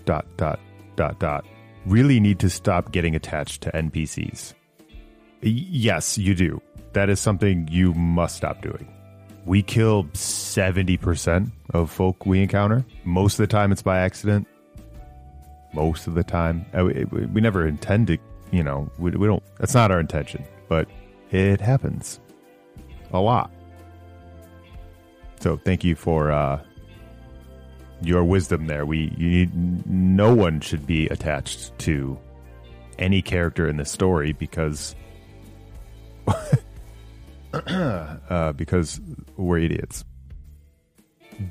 Speaker 3: dot dot dot dot really need to stop getting attached to NPCs." Y- yes, you do. That is something you must stop doing we kill 70% of folk we encounter. Most of the time, it's by accident. Most of the time, Uh, we, we- we never intend to, you know, we, we don't, that's not our intention, but it happens a lot. So thank you for uh, your wisdom there. We, you need, no one should be attached to any character in the story because uh, because we're idiots.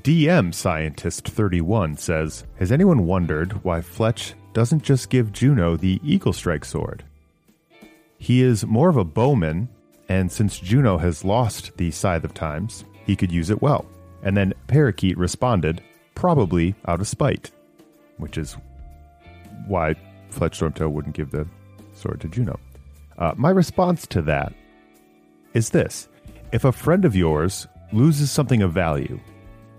Speaker 3: DM Scientist 31 says Has anyone wondered why Fletch doesn't just give Juno the Eagle Strike sword? He is more of a bowman, and since Juno has lost the Scythe of Times, he could use it well. And then Parakeet responded, probably out of spite, which is why Fletch Stormtail wouldn't give the sword to Juno. Uh, my response to that is this if a friend of yours loses something of value,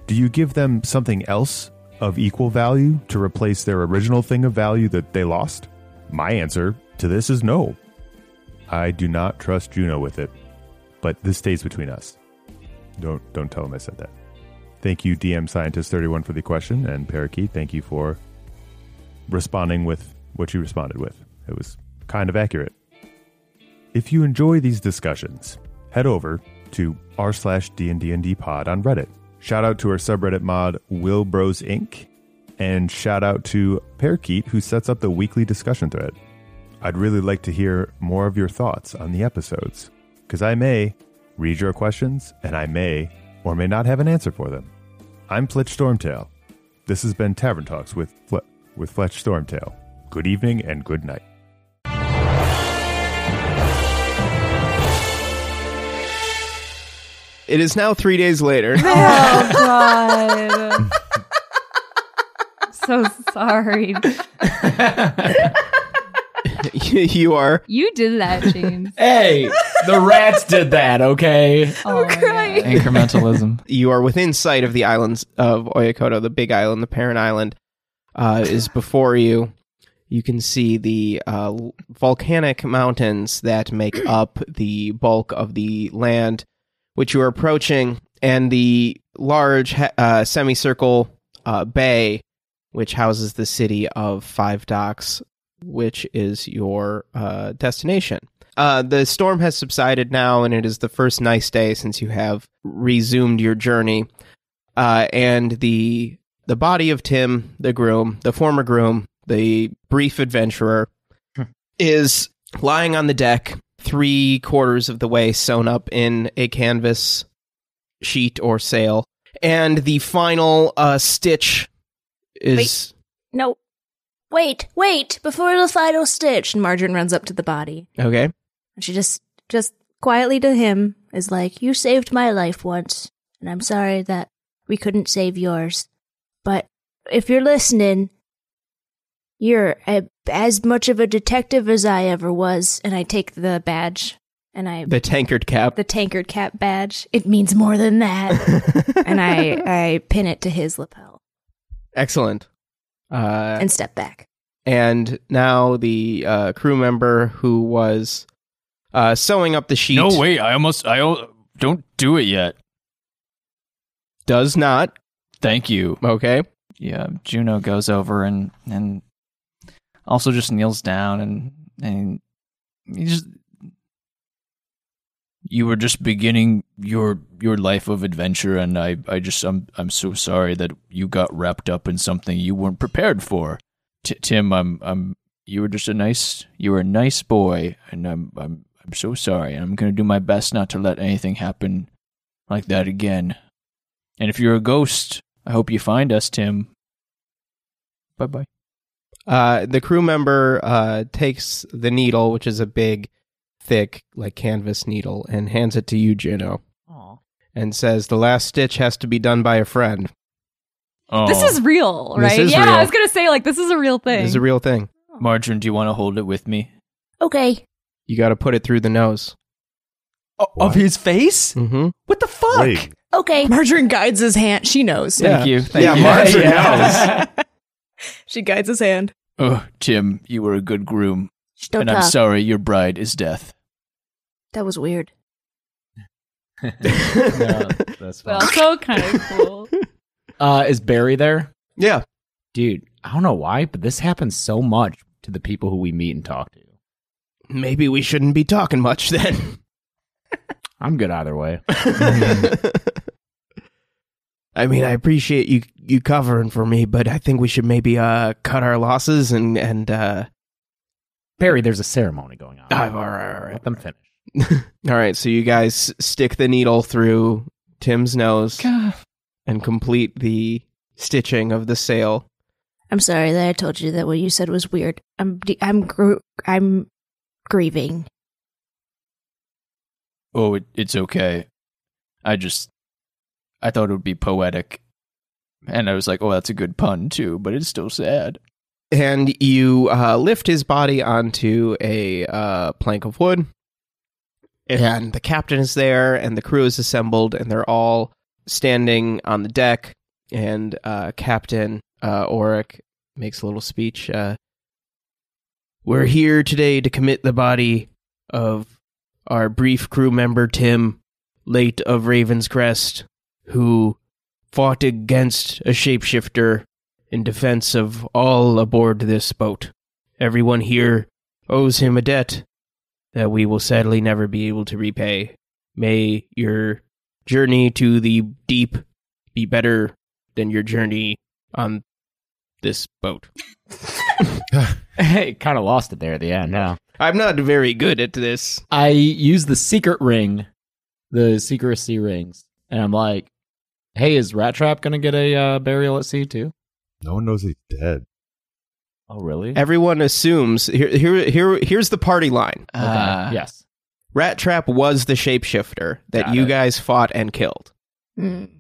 Speaker 3: do you give them something else of equal value to replace their original thing of value that they lost? My answer to this is no. I do not trust Juno with it, but this stays between us. Don't don't tell him I said that. Thank you, DM Scientist Thirty One, for the question, and Parakeet, thank you for responding with what you responded with. It was kind of accurate. If you enjoy these discussions, head over to r slash dndnd pod on Reddit. Shout out to our subreddit mod Will Bros Inc. And shout out to Parakeet who sets up the weekly discussion thread. I'd really like to hear more of your thoughts on the episodes, because I may read your questions and I may or may not have an answer for them. I'm Fletch Stormtail. This has been Tavern Talks with, Fle- with Fletch Stormtail. Good evening and good night.
Speaker 1: It is now three days later.
Speaker 6: Oh god. so sorry.
Speaker 1: you are.
Speaker 6: You did that, James.
Speaker 2: Hey, the rats did that, okay?
Speaker 6: Oh, my God.
Speaker 5: Incrementalism.
Speaker 1: you are within sight of the islands of Oyakoto, the big island, the parent island uh, is before you. you can see the uh, l- volcanic mountains that make up the bulk of the land which you are approaching, and the large he- uh, semicircle uh, bay which houses the city of Five Docks, which is your uh, destination. Uh, the storm has subsided now, and it is the first nice day since you have resumed your journey. Uh, and the the body of Tim, the groom, the former groom, the brief adventurer, is lying on the deck, three quarters of the way sewn up in a canvas sheet or sail. And the final uh, stitch is
Speaker 7: No. Wait, wait, before the final stitch.
Speaker 4: And Margarine runs up to the body.
Speaker 1: okay.
Speaker 7: And she just, just quietly to him is like, You saved my life once, and I'm sorry that we couldn't save yours. But if you're listening, you're a, as much of a detective as I ever was.
Speaker 4: And I take the badge and I
Speaker 1: The tankard cap.
Speaker 4: the tankard cap badge. It means more than that. and I I pin it to his lapel
Speaker 1: Excellent. Uh,
Speaker 4: and step back.
Speaker 1: and now the uh, crew member who was uh, sewing up the sheet
Speaker 5: No, wait. I almost. I al- don't do it yet.
Speaker 1: does not.
Speaker 5: Thank you.
Speaker 1: Okay.
Speaker 5: Yeah, Juno goes over and and also just kneels down and and he just. You were just beginning your your life of adventure, and I I just I'm I'm so sorry that you got wrapped up in something you weren't prepared for. T- Tim, I'm I'm you were just a nice you were a nice boy, and I'm I'm I'm so sorry, and I'm gonna do my best not to let anything happen like that again. And if you're a ghost, I hope you find us, Tim. Bye bye.
Speaker 1: Uh, the crew member uh, takes the needle, which is a big, thick, like canvas needle, and hands it to you, Juno, and says, "The last stitch has to be done by a friend.
Speaker 5: Oh.
Speaker 6: This is real,
Speaker 1: This
Speaker 6: right?
Speaker 1: is
Speaker 6: yeah,
Speaker 1: real.
Speaker 6: I was gonna say like this is a real thing.
Speaker 1: This is a real thing.
Speaker 5: Margarine. Oh, Do you want to hold it with me?
Speaker 7: Okay.
Speaker 1: You got to put it through the nose."
Speaker 3: What?
Speaker 5: of his face?
Speaker 1: Mm-hmm.
Speaker 5: What the fuck?
Speaker 3: Wait.
Speaker 7: Okay.
Speaker 4: Margarine guides his hand. She knows.
Speaker 5: Thank you. Thank
Speaker 3: Yeah,
Speaker 5: you.
Speaker 3: Margarine
Speaker 4: She guides his hand.
Speaker 5: Oh, Tim, you were a good groom,
Speaker 7: Shh, don't
Speaker 5: and I'm
Speaker 7: talk.
Speaker 5: sorry your bride is death.
Speaker 7: that was weird.
Speaker 2: that's
Speaker 6: Well, so kind of cool.
Speaker 2: Uh, is Barry there?
Speaker 1: Yeah.
Speaker 2: Dude, I don't know why, but this happens so much to the people who we meet and talk to.
Speaker 1: Maybe we shouldn't be talking much then.
Speaker 2: I'm good either way.
Speaker 1: I mean, I appreciate you you covering for me, but I think we should maybe uh cut our losses and and uh
Speaker 2: Barry, there's a ceremony going on.
Speaker 1: Ah, all right, all right.
Speaker 2: Let them finish.
Speaker 1: all right, so you guys stick the needle through Tim's nose and complete the stitching of the sail.
Speaker 7: I'm sorry that I told you that what you said was weird. I'm de- I'm gr- I'm grieving.
Speaker 5: Oh, it, it's okay. I just, I thought it would be poetic, and I was like, oh, that's a good pun too, but it's still sad.
Speaker 1: And you uh, lift his body onto a uh, plank of wood. And the captain is there, and the crew is assembled, and they're all standing on the deck. And uh, Captain uh, Oric makes a little speech. Uh, We're here today to commit the body of our brief crew member, Tim, late of Raven's Crest, who fought against a shapeshifter in defense of all aboard this boat. Everyone here owes him a debt that we will sadly never be able to repay. May your journey to the deep be better than your journey on this boat.
Speaker 2: Hey, kind of lost it there at the end. Yeah.
Speaker 1: I'm not very good at this.
Speaker 2: I use the secret ring, the secrecy rings, and I'm like, hey, is Rat Trap going to get a uh, burial at sea too?
Speaker 3: No one knows he's dead.
Speaker 2: Oh, really?
Speaker 1: Everyone assumes here here here here's the party line.
Speaker 2: Okay.
Speaker 5: Ah.
Speaker 2: yes.
Speaker 1: Rat Trap was the shapeshifter that
Speaker 2: Got
Speaker 1: you
Speaker 2: it.
Speaker 1: guys fought and killed.
Speaker 4: Mm.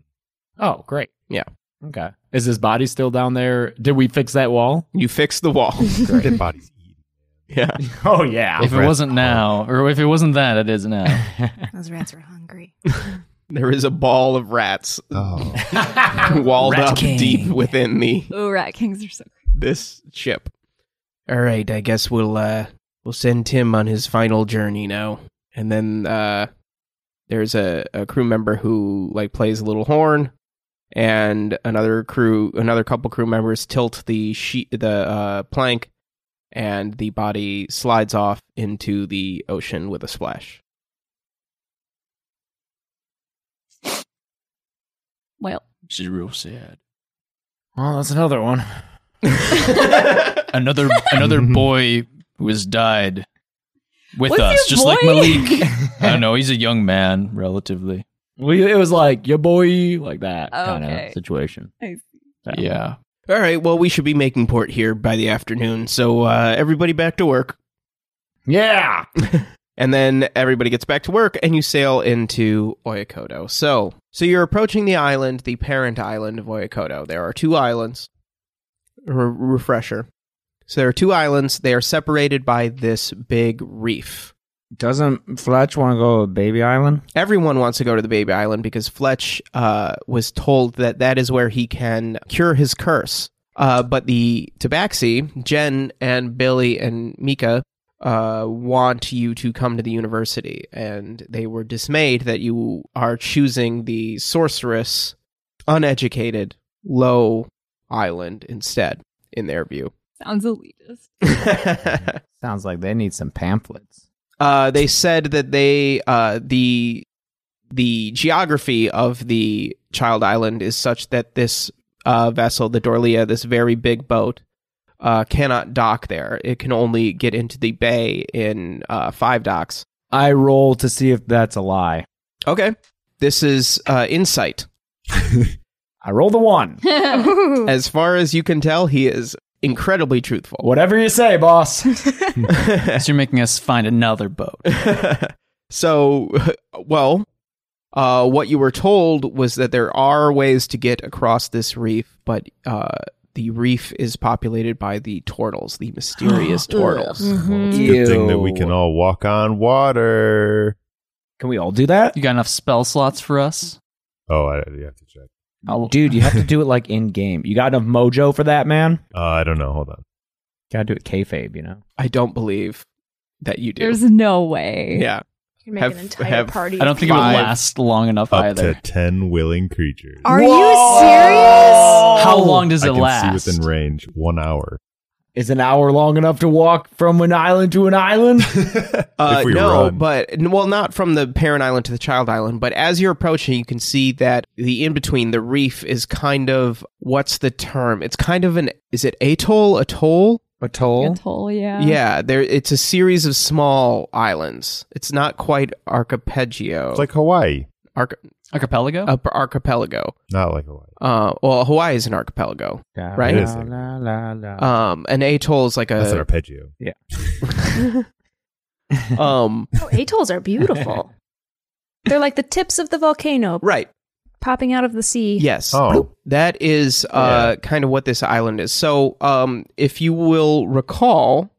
Speaker 2: Oh, great.
Speaker 1: Yeah.
Speaker 2: Okay. Is his body still down there? Did we fix that wall?
Speaker 1: You fixed the wall.
Speaker 3: Dead bodies.
Speaker 1: yeah.
Speaker 2: Oh, yeah.
Speaker 5: if it wasn't now, or if it wasn't that, it is now.
Speaker 4: Those rats are hungry.
Speaker 1: There is a ball of rats
Speaker 3: Oh.
Speaker 1: walled
Speaker 5: Rat
Speaker 1: up
Speaker 5: King.
Speaker 1: deep within the
Speaker 6: oh, rat kings are so.
Speaker 1: this ship. All right, I guess we'll uh we'll send Tim on his final journey now. And then uh there's a, a crew member who like plays a little horn and another crew another couple crew members tilt the sheet the uh plank and the body slides off into the ocean with a splash.
Speaker 6: Well,
Speaker 5: She's real sad.
Speaker 2: Well, that's another one.
Speaker 5: Another another boy who has died with
Speaker 6: What's
Speaker 5: us,
Speaker 6: your
Speaker 5: just
Speaker 6: boy?
Speaker 5: like Malik. I don't know. He's a young man, relatively.
Speaker 2: We, it was like your boy, like that kind
Speaker 6: Oh, Okay.
Speaker 2: of situation.
Speaker 6: I
Speaker 2: Yeah.
Speaker 5: Yeah.
Speaker 1: All right, well we should be making port here by the afternoon. So uh everybody back to work.
Speaker 2: Yeah.
Speaker 1: And then everybody gets back to work and you sail into Oyakoto. So, so you're approaching the island, the parent island of Oyakoto. There are two islands. Re- refresher. So there are two islands. They are separated by this big reef.
Speaker 2: Doesn't Fletch want to go to Baby Island?
Speaker 1: Everyone wants to go to the baby island because Fletch uh, was told that that is where he can cure his curse. Uh, but the Tabaxi, Jen and Billy and Mika uh, want you to come to the university, and they were dismayed that you are choosing the sorceress, uneducated, low island instead, in their view.
Speaker 6: sounds elitist.
Speaker 2: Sounds like they need some pamphlets.
Speaker 1: uh, they said that they uh, the the geography of the child island is such that this uh, vessel, the Dorlea, this very big boat, uh, cannot dock there. It can only get into the bay in uh, five docks.
Speaker 2: I roll to see if that's a lie.
Speaker 1: Okay, this is uh, insight.
Speaker 2: I roll the one.
Speaker 1: As far as you can tell, he is incredibly truthful.
Speaker 2: Whatever you say, boss.
Speaker 5: So you're making us find another boat.
Speaker 1: so, well, uh, what you were told was that there are ways to get across this reef, but uh, the reef is populated by the turtles, the mysterious turtles.
Speaker 5: Mm-hmm.
Speaker 3: It's a good thing that we can all walk on water.
Speaker 2: Can we all do that?
Speaker 5: You got enough spell slots for us?
Speaker 3: Oh, I you have to check.
Speaker 2: Dude, you have to do it like in game. You got enough mojo for that, man?
Speaker 3: Uh, I don't know. Hold on.
Speaker 2: Gotta do it kayfabe, you know?
Speaker 1: I don't believe that you do.
Speaker 6: There's no way.
Speaker 1: yeah.
Speaker 4: can make
Speaker 1: Have-
Speaker 4: an entire
Speaker 1: have-
Speaker 4: party.
Speaker 5: I don't think it
Speaker 1: Five.
Speaker 5: would last long enough
Speaker 3: Up
Speaker 5: either.
Speaker 3: to ten willing creatures.
Speaker 4: Are you serious?
Speaker 5: How long does
Speaker 3: I
Speaker 5: it
Speaker 3: can
Speaker 5: last?
Speaker 3: see within range. One hour.
Speaker 2: Is an hour long enough to walk from an island to an island?
Speaker 1: Uh,
Speaker 3: If we
Speaker 1: no,
Speaker 3: run.
Speaker 1: but n- well, not from the parent island to the child island. But as you're approaching, you can see that the in between, the reef is kind of what's the term? It's kind of an is it atoll, atoll?
Speaker 2: Atoll?
Speaker 6: Atoll, yeah.
Speaker 1: Yeah, there. It's a series of small islands. It's not quite archipelago.
Speaker 3: It's like Hawaii.
Speaker 1: Arch-
Speaker 5: Archipelago?
Speaker 1: up- archipelago.
Speaker 3: Not like Hawaii.
Speaker 1: Uh, well, Hawaii is an archipelago. Right?
Speaker 3: It is.
Speaker 2: La, la, la, la.
Speaker 1: Um, an atoll is like
Speaker 3: That's an
Speaker 1: a.
Speaker 3: arpeggio.
Speaker 1: um,
Speaker 4: Oh, atolls are beautiful. They're like the tips of the volcano
Speaker 1: right.
Speaker 4: popping out of the sea.
Speaker 1: Yes.
Speaker 3: Oh,
Speaker 1: That is uh, kind of what this island is. So, um, if you will recall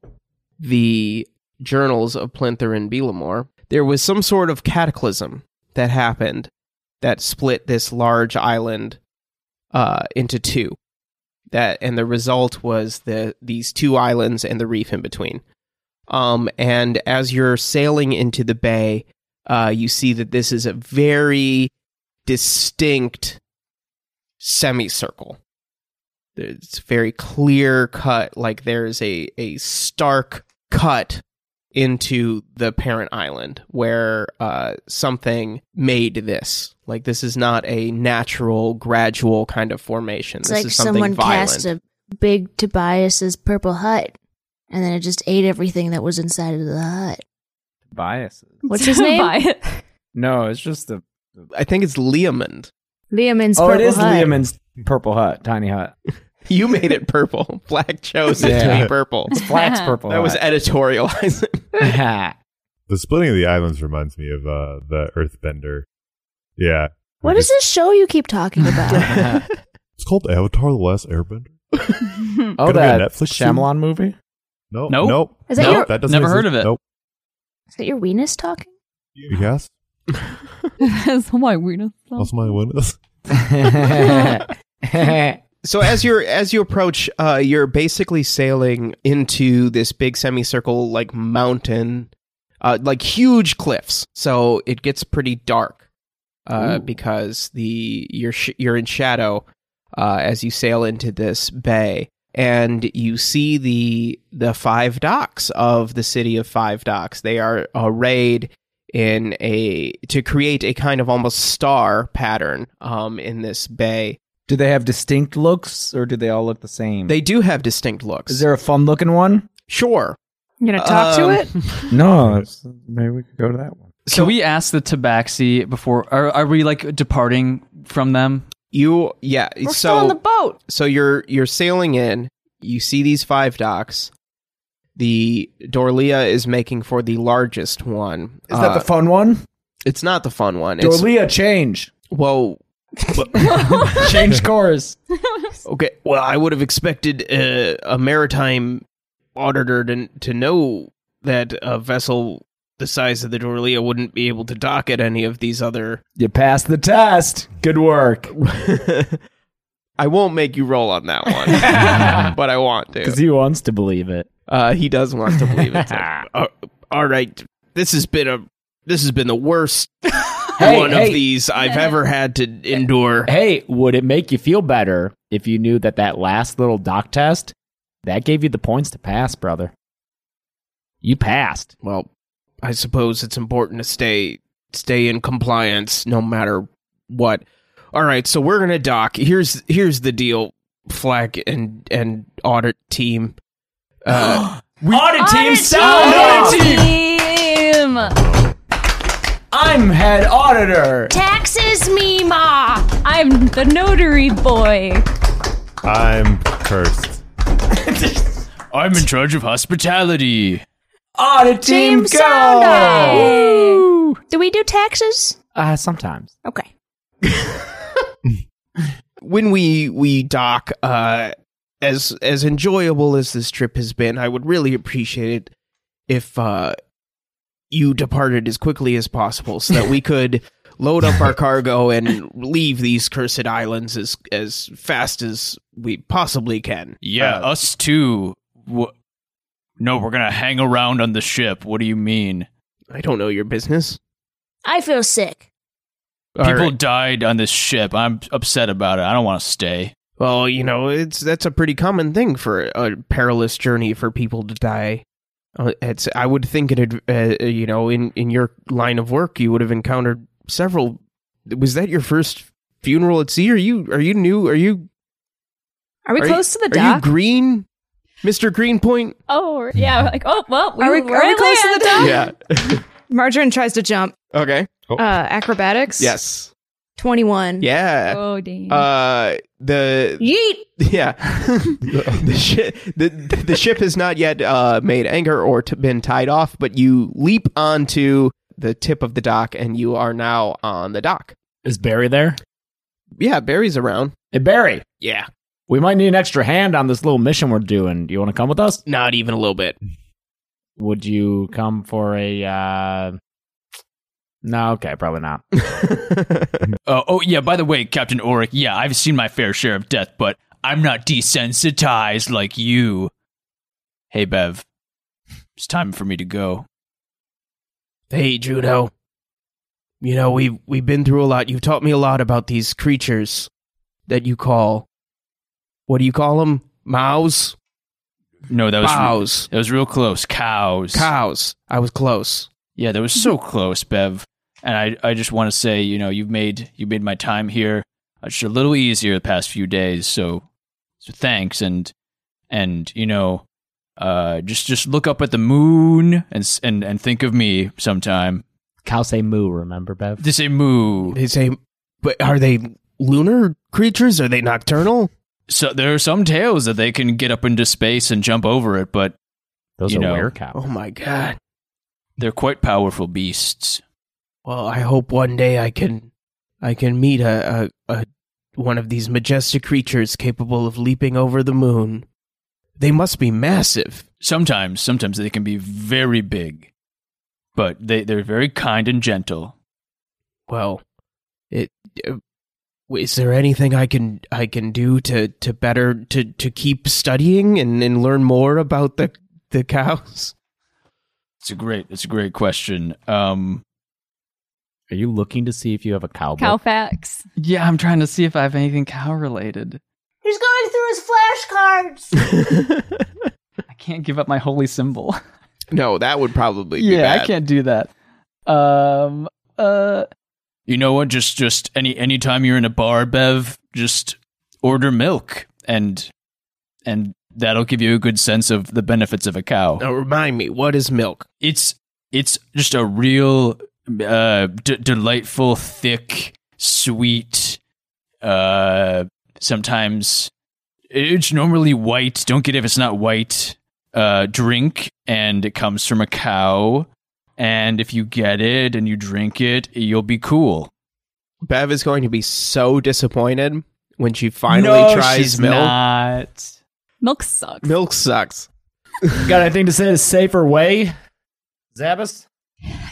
Speaker 1: the journals of Plinther and Belamore, there was some sort of cataclysm that happened that split this large island uh, into two. That and the result was the these two islands and the reef in between. Um, and as you're sailing into the bay, uh, you see that this is a very distinct semicircle. It's very clear cut, like there's a, a stark cut into the parent island where uh, something made this. Like this is not a natural, gradual kind of formation.
Speaker 7: It's
Speaker 1: this
Speaker 7: like
Speaker 1: is something
Speaker 7: someone
Speaker 1: violent.
Speaker 7: cast a big Tobias's purple hut, and then it just ate everything that was inside of the hut.
Speaker 2: Biases.
Speaker 7: What's his name?
Speaker 6: Buy it.
Speaker 2: No, it's just the.
Speaker 1: I think it's Leomund.
Speaker 4: Liamin's
Speaker 2: Oh, it
Speaker 4: purple
Speaker 2: is
Speaker 4: hut.
Speaker 2: Liamin's purple hut, tiny hut.
Speaker 1: You made it purple. Black chose it to
Speaker 2: Yeah.
Speaker 1: be purple.
Speaker 2: It's Flack's purple
Speaker 1: That was
Speaker 2: hut.
Speaker 1: editorializing.
Speaker 3: the splitting of the islands reminds me of uh, the Earthbender. Yeah.
Speaker 7: What is this show you keep talking about?
Speaker 3: It's called Avatar: The Last Airbender.
Speaker 2: oh,
Speaker 3: Could have
Speaker 2: that
Speaker 3: been a Netflix soon.
Speaker 2: Shyamalan movie?
Speaker 3: No,
Speaker 5: Nope.
Speaker 3: nope.
Speaker 7: Is that
Speaker 3: nope.
Speaker 7: your-
Speaker 3: That doesn't
Speaker 5: Never
Speaker 3: exist.
Speaker 5: heard of it.
Speaker 3: Nope.
Speaker 7: Is that your weenus talking?
Speaker 3: Yes.
Speaker 6: That's my weird.
Speaker 3: That's my windows.
Speaker 1: So as you're as you approach, uh, you're basically sailing into this big semicircle like mountain, uh, like huge cliffs. So it gets pretty dark uh, because the you're sh- you're in shadow uh, as you sail into this bay, and you see the the five docks of the city of Five Docks. They are arrayed in a to create a kind of almost star pattern um, in this bay.
Speaker 2: Do they have distinct looks or do they all look the same?
Speaker 1: They do have distinct looks.
Speaker 2: Is there a fun looking one?
Speaker 1: sure.
Speaker 4: You gonna talk
Speaker 1: Um,
Speaker 4: to it?
Speaker 2: No. it's- Maybe we could go to that one.
Speaker 5: Can we ask the Tabaxi before? Are, are we like departing from them?
Speaker 1: You yeah.
Speaker 4: We're
Speaker 1: so
Speaker 4: still on the boat.
Speaker 1: so you're you're sailing in. You see these five docks. The Dorlea is making for the largest one.
Speaker 2: Is that
Speaker 1: Uh,
Speaker 2: the fun one?
Speaker 1: it's not the fun one. It's
Speaker 2: Dorlea, change.
Speaker 1: well.
Speaker 2: Change course.
Speaker 1: Okay. Well, I would have expected uh, a maritime auditor to to know that a vessel the size of the Dorlea wouldn't be able to dock at any of these other
Speaker 2: You passed the test. Good work.
Speaker 1: I won't make you roll on that one, but I want
Speaker 2: Because
Speaker 1: to.
Speaker 2: he wants to believe it.
Speaker 1: Uh, he does want to believe it. Uh, all right, this has been a this has been the worst
Speaker 2: Hey,
Speaker 1: one
Speaker 2: hey.
Speaker 1: of these I've ever had to endure.
Speaker 2: Hey, would it make you feel better if you knew that that last little doc test that gave you the points to pass, brother? You passed.
Speaker 1: Well, I suppose it's important to stay stay in compliance no matter what. All right, so we're gonna dock. Here's here's the deal, Flack and and audit team. Uh,
Speaker 2: audit team, sound audit
Speaker 6: Audit
Speaker 2: team.
Speaker 6: team!
Speaker 2: I'm head auditor.
Speaker 7: Taxes me, ma!
Speaker 6: I'm the notary boy.
Speaker 3: I'm cursed.
Speaker 5: I'm in charge of hospitality.
Speaker 2: Audit team,
Speaker 7: Team Sound
Speaker 2: go.
Speaker 1: Oh.
Speaker 7: Do we do taxes?
Speaker 2: Uh, sometimes.
Speaker 7: Okay.
Speaker 1: when we we dock uh as as enjoyable as this trip has been i would really appreciate it if uh you departed as quickly as possible so that we could load up our cargo and leave these cursed islands as as fast as we possibly can
Speaker 5: Yeah,
Speaker 1: Uh,
Speaker 5: us too. Wha no, we're gonna hang around on the ship. What do you mean?
Speaker 1: i don't know your business
Speaker 7: I feel sick.
Speaker 1: All
Speaker 5: People
Speaker 1: right.
Speaker 5: died on this ship. I'm upset about it. I don't want to stay.
Speaker 1: well you know it's that's a pretty common thing for a perilous journey for people to die Uh, it's i would think it had uh, you know in in your line of work you would have encountered several was that your first funeral at sea are you are you new are you
Speaker 4: Are we
Speaker 1: are you-
Speaker 4: close to the
Speaker 1: are you
Speaker 4: dock?
Speaker 1: green mr greenpoint
Speaker 6: Oh, yeah. Like, oh, well, we
Speaker 4: Are we-
Speaker 6: we're
Speaker 4: are we close to
Speaker 6: land.
Speaker 4: the dock? Yeah. Margarine tries to jump.
Speaker 1: okay
Speaker 3: Oh.
Speaker 4: Uh, acrobatics.
Speaker 1: yes
Speaker 4: Twenty-one.
Speaker 1: yeah
Speaker 6: Oh, damn.
Speaker 1: uh the
Speaker 4: Yeet.
Speaker 1: Yeah, the ship the, the ship has not yet uh, made anchor or t- been tied off, but you leap onto the tip of the dock and you are now on the dock.
Speaker 2: Is Barry there?
Speaker 1: Yeah, Barry's around.
Speaker 2: Hey, Barry.
Speaker 1: Yeah,
Speaker 2: We might need an extra hand on this little mission we're doing. Do you want to come with us?
Speaker 1: not even a little bit.
Speaker 2: Would you come for a? uh No, okay, probably not.
Speaker 5: Uh, oh yeah. By the way, Captain Oric. Yeah, I've seen my fair share of death, but I'm not desensitized like you. Hey, Bev. It's time for me to go.
Speaker 1: hey, Juno. You know we have we've been through a lot. You've taught me a lot about these creatures that you call. What do you call them? Mows,
Speaker 5: No, that was
Speaker 1: bows,
Speaker 5: that was real close. Cows.
Speaker 1: cows. I was close.
Speaker 5: Yeah, that was so close, Bev. And I, I just want to say, you know, you've made you made my time here uh, just a little easier the past few days. So, so thanks, and and you know, uh, just just look up at the moon and s- and and think of me sometime.
Speaker 2: Cow say moo. Remember, Bev.
Speaker 5: They say moo.
Speaker 1: They say, but are they lunar creatures? Are they nocturnal?
Speaker 5: So there are some tales that they can get up into space and jump over it, but
Speaker 2: Those
Speaker 5: You
Speaker 2: are
Speaker 5: know.
Speaker 2: were cows.
Speaker 1: Oh my god.
Speaker 5: they're quite powerful beasts.
Speaker 1: Well, I hope one day I can, I can meet a, a, a one of these majestic creatures capable of leaping over the moon. They must be massive.
Speaker 5: Sometimes, sometimes they can be very big, but they they're very kind and gentle.
Speaker 1: Well, it. Uh, is there anything I can I can do to to better to to keep studying and and learn more about the the cows?
Speaker 5: It's a great, it's a great question. Um,
Speaker 2: Are you looking to see if you have a cow?
Speaker 6: Cow
Speaker 2: book?
Speaker 6: facts.
Speaker 8: Yeah, I'm trying to see if I have anything cow related.
Speaker 7: He's going through his flashcards.
Speaker 8: I can't give up my holy symbol.
Speaker 1: No, that would probably be
Speaker 8: yeah, I
Speaker 1: bad.
Speaker 8: can't do that. Um, uh,
Speaker 5: you know what? Just, just any anytime you're in a bar, Bev, just order milk, and and that'll give you a good sense of the benefits of a cow.
Speaker 1: Now remind me, what is milk?
Speaker 5: it's it's just a real uh d- delightful thick sweet uh sometimes it's normally white don't get it if it's not white uh drink and it comes from a cow and if you get it and you drink it you'll be cool
Speaker 1: Bev is going to be so disappointed when she finally
Speaker 5: No,
Speaker 1: tries
Speaker 5: she's
Speaker 1: milk.
Speaker 8: not.
Speaker 6: Milk sucks.
Speaker 1: Milk sucks.
Speaker 2: Got anything to say to safer way? Zabas?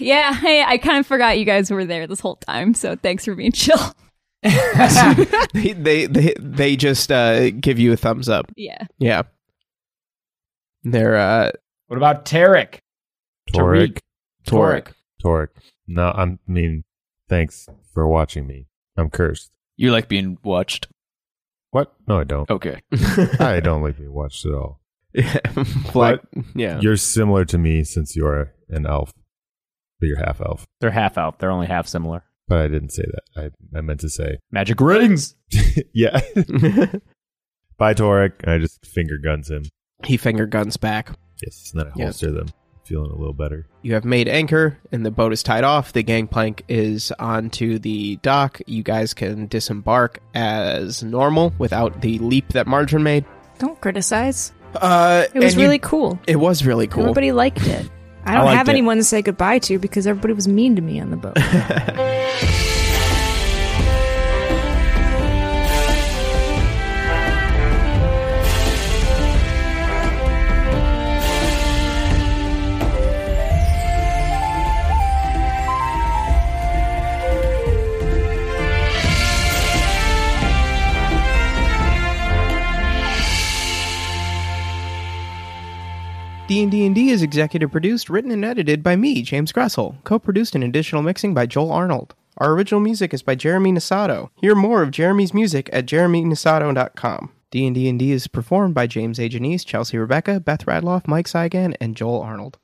Speaker 6: Yeah, hey, I kind of forgot you guys were there this whole time, so thanks for being chill.
Speaker 1: they, they they they just uh, give you a thumbs up.
Speaker 6: Yeah.
Speaker 1: Yeah. They're uh
Speaker 2: What about Tarek?
Speaker 3: Toric.
Speaker 1: Toric.
Speaker 3: Toric. No, I'm, I mean, thanks for watching me. I'm cursed.
Speaker 5: you like being watched
Speaker 3: What? No, I
Speaker 1: Oh.
Speaker 3: don't.
Speaker 5: okay
Speaker 3: I don't like being watched at all.
Speaker 1: Yeah. Black. Yeah.
Speaker 3: You're similar to me since you're an elf, but you're half elf.
Speaker 2: They're half out. They're only half similar.
Speaker 3: But I didn't say that. I, I meant to say,
Speaker 2: Magic rings.
Speaker 3: yeah. Bye, Toric. And I just finger guns him.
Speaker 1: he finger guns back.
Speaker 3: Yes, and then I
Speaker 1: Yeah.
Speaker 3: holster them. Feeling a little better.
Speaker 1: You have made anchor and the boat is tied off. The gangplank is onto the dock. You guys can disembark as normal without the leap that Margarine made.
Speaker 4: Don't criticize.
Speaker 1: Uh,
Speaker 4: It was
Speaker 1: and you-
Speaker 4: really cool.
Speaker 1: it was really cool.
Speaker 4: Everybody liked it. I don't
Speaker 2: liked
Speaker 4: have
Speaker 2: it.
Speaker 4: anyone to say goodbye to because everybody was mean to me on the boat.
Speaker 1: D&D and D is executive produced, written and edited by me, James Gressel. Co-produced and additional mixing by Joel Arnold. Our original music is by Jeremy Nisato. Hear more of Jeremy's music at jeremynisato.com. D&D and D is performed by James A. Janice, Chelsea Rebecca, Beth Radloff, Mike Saigan, and Joel Arnold.